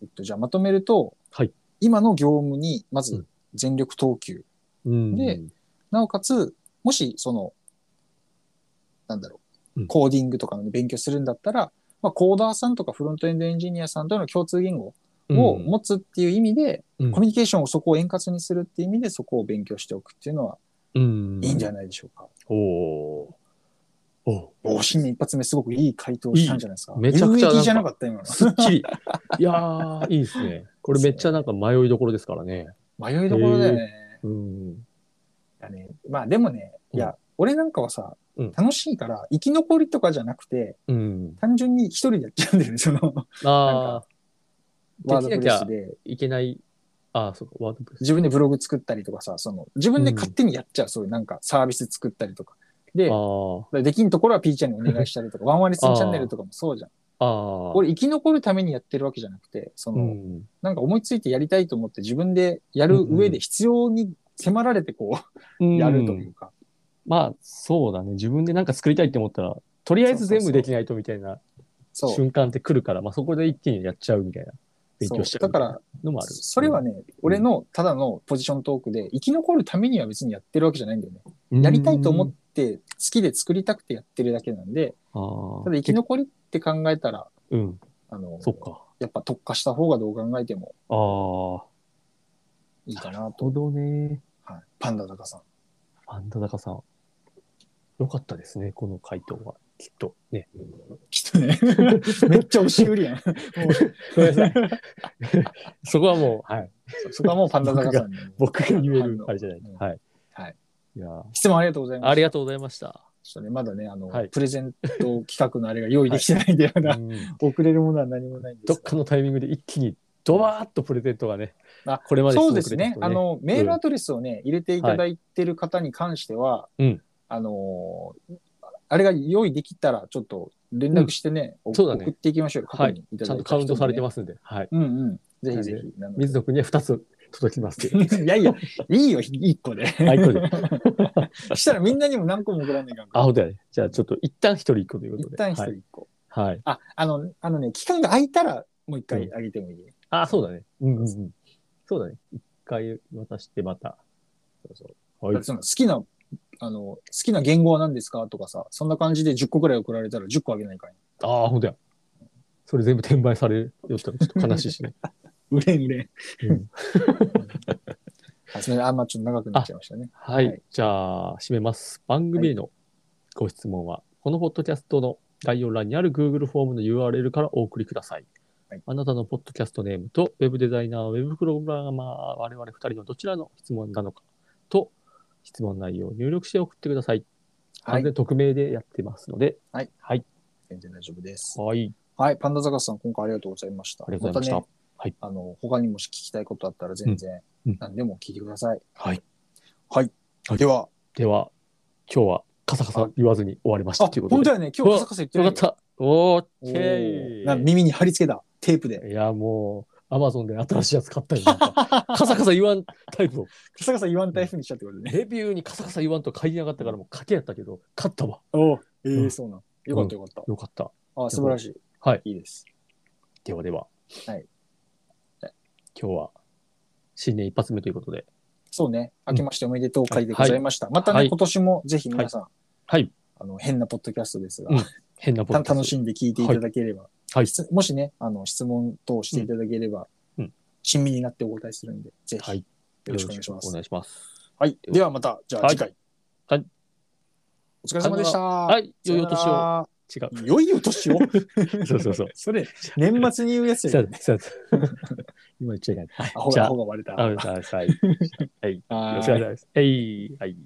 S2: えっと、じゃあまとめると、
S1: はい
S2: 今の業務に、ま
S1: う
S2: ず
S1: ん
S2: 全力投球。
S1: うん。
S2: でなおかつ、もし、その、なんだろ
S1: う
S2: う、
S1: ん
S2: コーディングとかの勉強するんだったら、まあ、コーダーさんとかフロントエンドエンジニアさんとの共通言語を持つっていう意味で、
S1: うん
S2: コミュニケーションをそこを円滑にするっていう意味で、そこを勉強しておくっていうのは
S1: うん。
S2: いいんじゃ
S1: ない
S2: ないでしょうか。
S1: おおー。お
S2: お新年一発目すごくいい回答したんじゃないですか。
S1: いいめちゃくちゃ
S2: 有益じゃなかった今の。
S1: すっ きり。いやー、いいですね。これめっちゃなんか迷いどころですからね。
S2: 迷いどころだよね。
S1: うん。
S2: いやねまあでもね、いや、俺なんかはさ、
S1: うん
S2: 楽しいから生き残りとかじゃなくて、
S1: うん。
S2: 単純に一人でやっちゃうんだよね、 その、
S1: あー、
S2: ワー
S1: できな
S2: ドプ
S1: き
S2: レ
S1: ゃ
S2: スで。
S1: いけない。あー、そうか、ワードプレス。
S2: 自分でブログ作ったりとかさ、その、自分で勝手にやっちゃう、そういうなんかサービス作ったりとか。で、
S1: あ
S2: できんところはピーちゃんにお願いしたりとか、ワンワリスンチャンネルとかもそうじゃん。
S1: あ。ああ。
S2: 俺生き残るためにやってるわけじゃなくて、そうの、
S1: ん。
S2: なんか思いついてやりたいと思って自分でやる上で必要に迫られてこう、やるというか、
S1: まあ、そうだね。自分でなんか作りたいって思ったら、とりあえず全
S2: そう
S1: 部
S2: そうそう
S1: できないとみたいな
S2: そう。
S1: 瞬間って来るから、まあそこで一気にやっちゃうみたいな。勉
S2: そう
S1: 強しちゃう
S2: だ
S1: み
S2: か
S1: たい
S2: ら
S1: な、のもある。
S2: それはね、俺のただのポジショントークで、生き残るためには別にやってるわけじゃないんだよね。
S1: うん、
S2: やりたいと思って、好きで作りたくてやってるだけなんで、
S1: ああ。
S2: ただ生き残りって考えたら、
S1: うん。
S2: あの、
S1: そっか。
S2: やっぱ特化した方がどう考えても
S1: ああ。
S2: いいかなと。
S1: ほどね。
S2: はい、パンダ高さん。
S1: パンダ高さん。よかったですね、この回答は。きっと。ね。
S2: きっと ね、めっちゃ押し売りやん。もう
S1: ごめんなさい。そこはもう、 はい。
S2: そこはもうパンダ高さんに。
S1: 僕が言える
S2: 反応
S1: あれじゃない。
S2: うん
S1: はい。
S2: はい。
S1: いやー
S2: 質問ありがとうございます。
S1: ありがとうございました。
S2: ちょっとね、まだね、あの、
S1: はい
S2: プレゼント企画のあれが用意できてないんで、まだ
S1: うん
S2: 送れるものは何もないんで す
S1: ど
S2: が
S1: っかのタイミングで一気にドバーッとプレゼントがね、
S2: あ
S1: これまで
S2: そう
S1: 続
S2: で
S1: く
S2: すね。あ、の、メールアドレスをね、入れていただいてる方に関しては、
S1: うん
S2: あのーあれが用意できたら、ちょっと連絡してね、お
S1: そうだね
S2: 送っていきましょうよ。
S1: はい
S2: 過去にいた
S1: ち
S2: だ
S1: ゃ
S2: い
S1: ん
S2: た
S1: とカ
S2: 人に
S1: ウ
S2: ね
S1: ントされてますんで、はい。
S2: うんうん。ぜひぜひ。なので
S1: 水野くんには2つ届きますけ ど。
S2: いやいや、いいよ、一個 で。
S1: あ、一個で。
S2: したらみんなにも何個も送らんねえかんか
S1: あ、
S2: ら。
S1: ほんとやね。じゃあちょっと一旦一人一個ということ
S2: 一
S1: で。
S2: 旦一人
S1: はい。
S2: 一個。
S1: はい。
S2: あ、あの、あのね、期間が空いたら、もう一回あげてもいい。
S1: あ、そうだね。うんうんうん。そうだね。一回渡してまた。
S2: そうそう
S1: はい
S2: だって。その好きな、あの、好きな言語は何ですかとかさ、そんな感じで10個くらい送られたら10個あげないから、ね。
S1: あ、ほんとや。それ全部転売されるよったらちょっと悲しいしね。
S2: うれんうれん。
S1: うん
S2: あ、すみません。あんまちょっと長くなっちゃいましたね。
S1: は
S2: はい
S1: い。じゃあ、締めます。番組へのご質問は、このポッドキャストの概要欄にある Google フォームの URL からお送りください。
S2: はい
S1: あなたのポッドキャストネームと、ウェブデザイナー、ウェブプログラマー、我々2人のどちらの質問なのかと、質問内容を入力して送ってください。
S2: は
S1: 完
S2: い。
S1: 全匿名でやってますので、
S2: はい。
S1: はい。
S2: 全然大丈夫です。
S1: はい。
S2: はい。パンダザカスさん、今回ありがとうございました。
S1: ありがとうございました
S2: ね、
S1: はい
S2: あの、他にもし聞きたいことあったら全然
S1: うんうん、
S2: 何でも聞いてください。
S1: はい。
S2: はい。
S1: はい
S2: では、
S1: では、今日はカサカサ言わずに終わりまし
S2: あ
S1: たという、こと
S2: 本
S1: で。
S2: 当だよね。今日カサカサ言って
S1: よ
S2: ない
S1: か
S2: よ
S1: った。オー
S2: お
S1: ケ
S2: ーなんか
S1: ー。
S2: 耳に貼り付けた。テープで。
S1: いや、もう、アマゾンで新しいやつ買 ったよ。なんかカサカサ言わんタイプを。
S2: カサカサ言わん台風にしちゃってことね。
S1: レビューにカサカサ言わんと買いやがったからもう賭けやったけど、勝ったわ。
S2: おえ
S1: う
S2: え、
S1: ん
S2: そうなん。よかったよかった。
S1: よかった。
S2: あ、素晴らしい。
S1: はい。
S2: いいです。
S1: ではでは。
S2: はい。
S1: 今日は、新年一発目ということで。
S2: そうね。明けましておめでとう会でございました。また
S1: は
S2: ね、
S1: い
S2: 今年もぜひ皆さん、
S1: はい。
S2: あの、変なポッドキャストですが
S1: うん、変なポ
S2: た
S1: ッドキャスト
S2: 楽しんで聞いていただければ、
S1: はい。
S2: 質もしね、あの、質問等していただければ
S1: うんうん、
S2: 親身になってお答えするんで、ぜひ
S1: はい。
S2: よろしくお願いしま
S1: よろくお
S2: す。
S1: 願いします。
S2: はい。ではまた、じゃあ
S1: はい
S2: 次回。
S1: はい
S2: お疲れ様でした。。
S1: はいい。良いお年を。違う。
S2: 良いお年を
S1: そうそうそう。
S2: それ、年末に言うやつ
S1: そ
S2: や
S1: う
S2: ね。
S1: そう 今言っちゃいけない。
S2: アホ
S1: じゃあ
S2: が、アホが割れた。
S1: あ、はい。はい。
S2: は
S1: よろ
S2: い
S1: しくお願いします。えい。はい。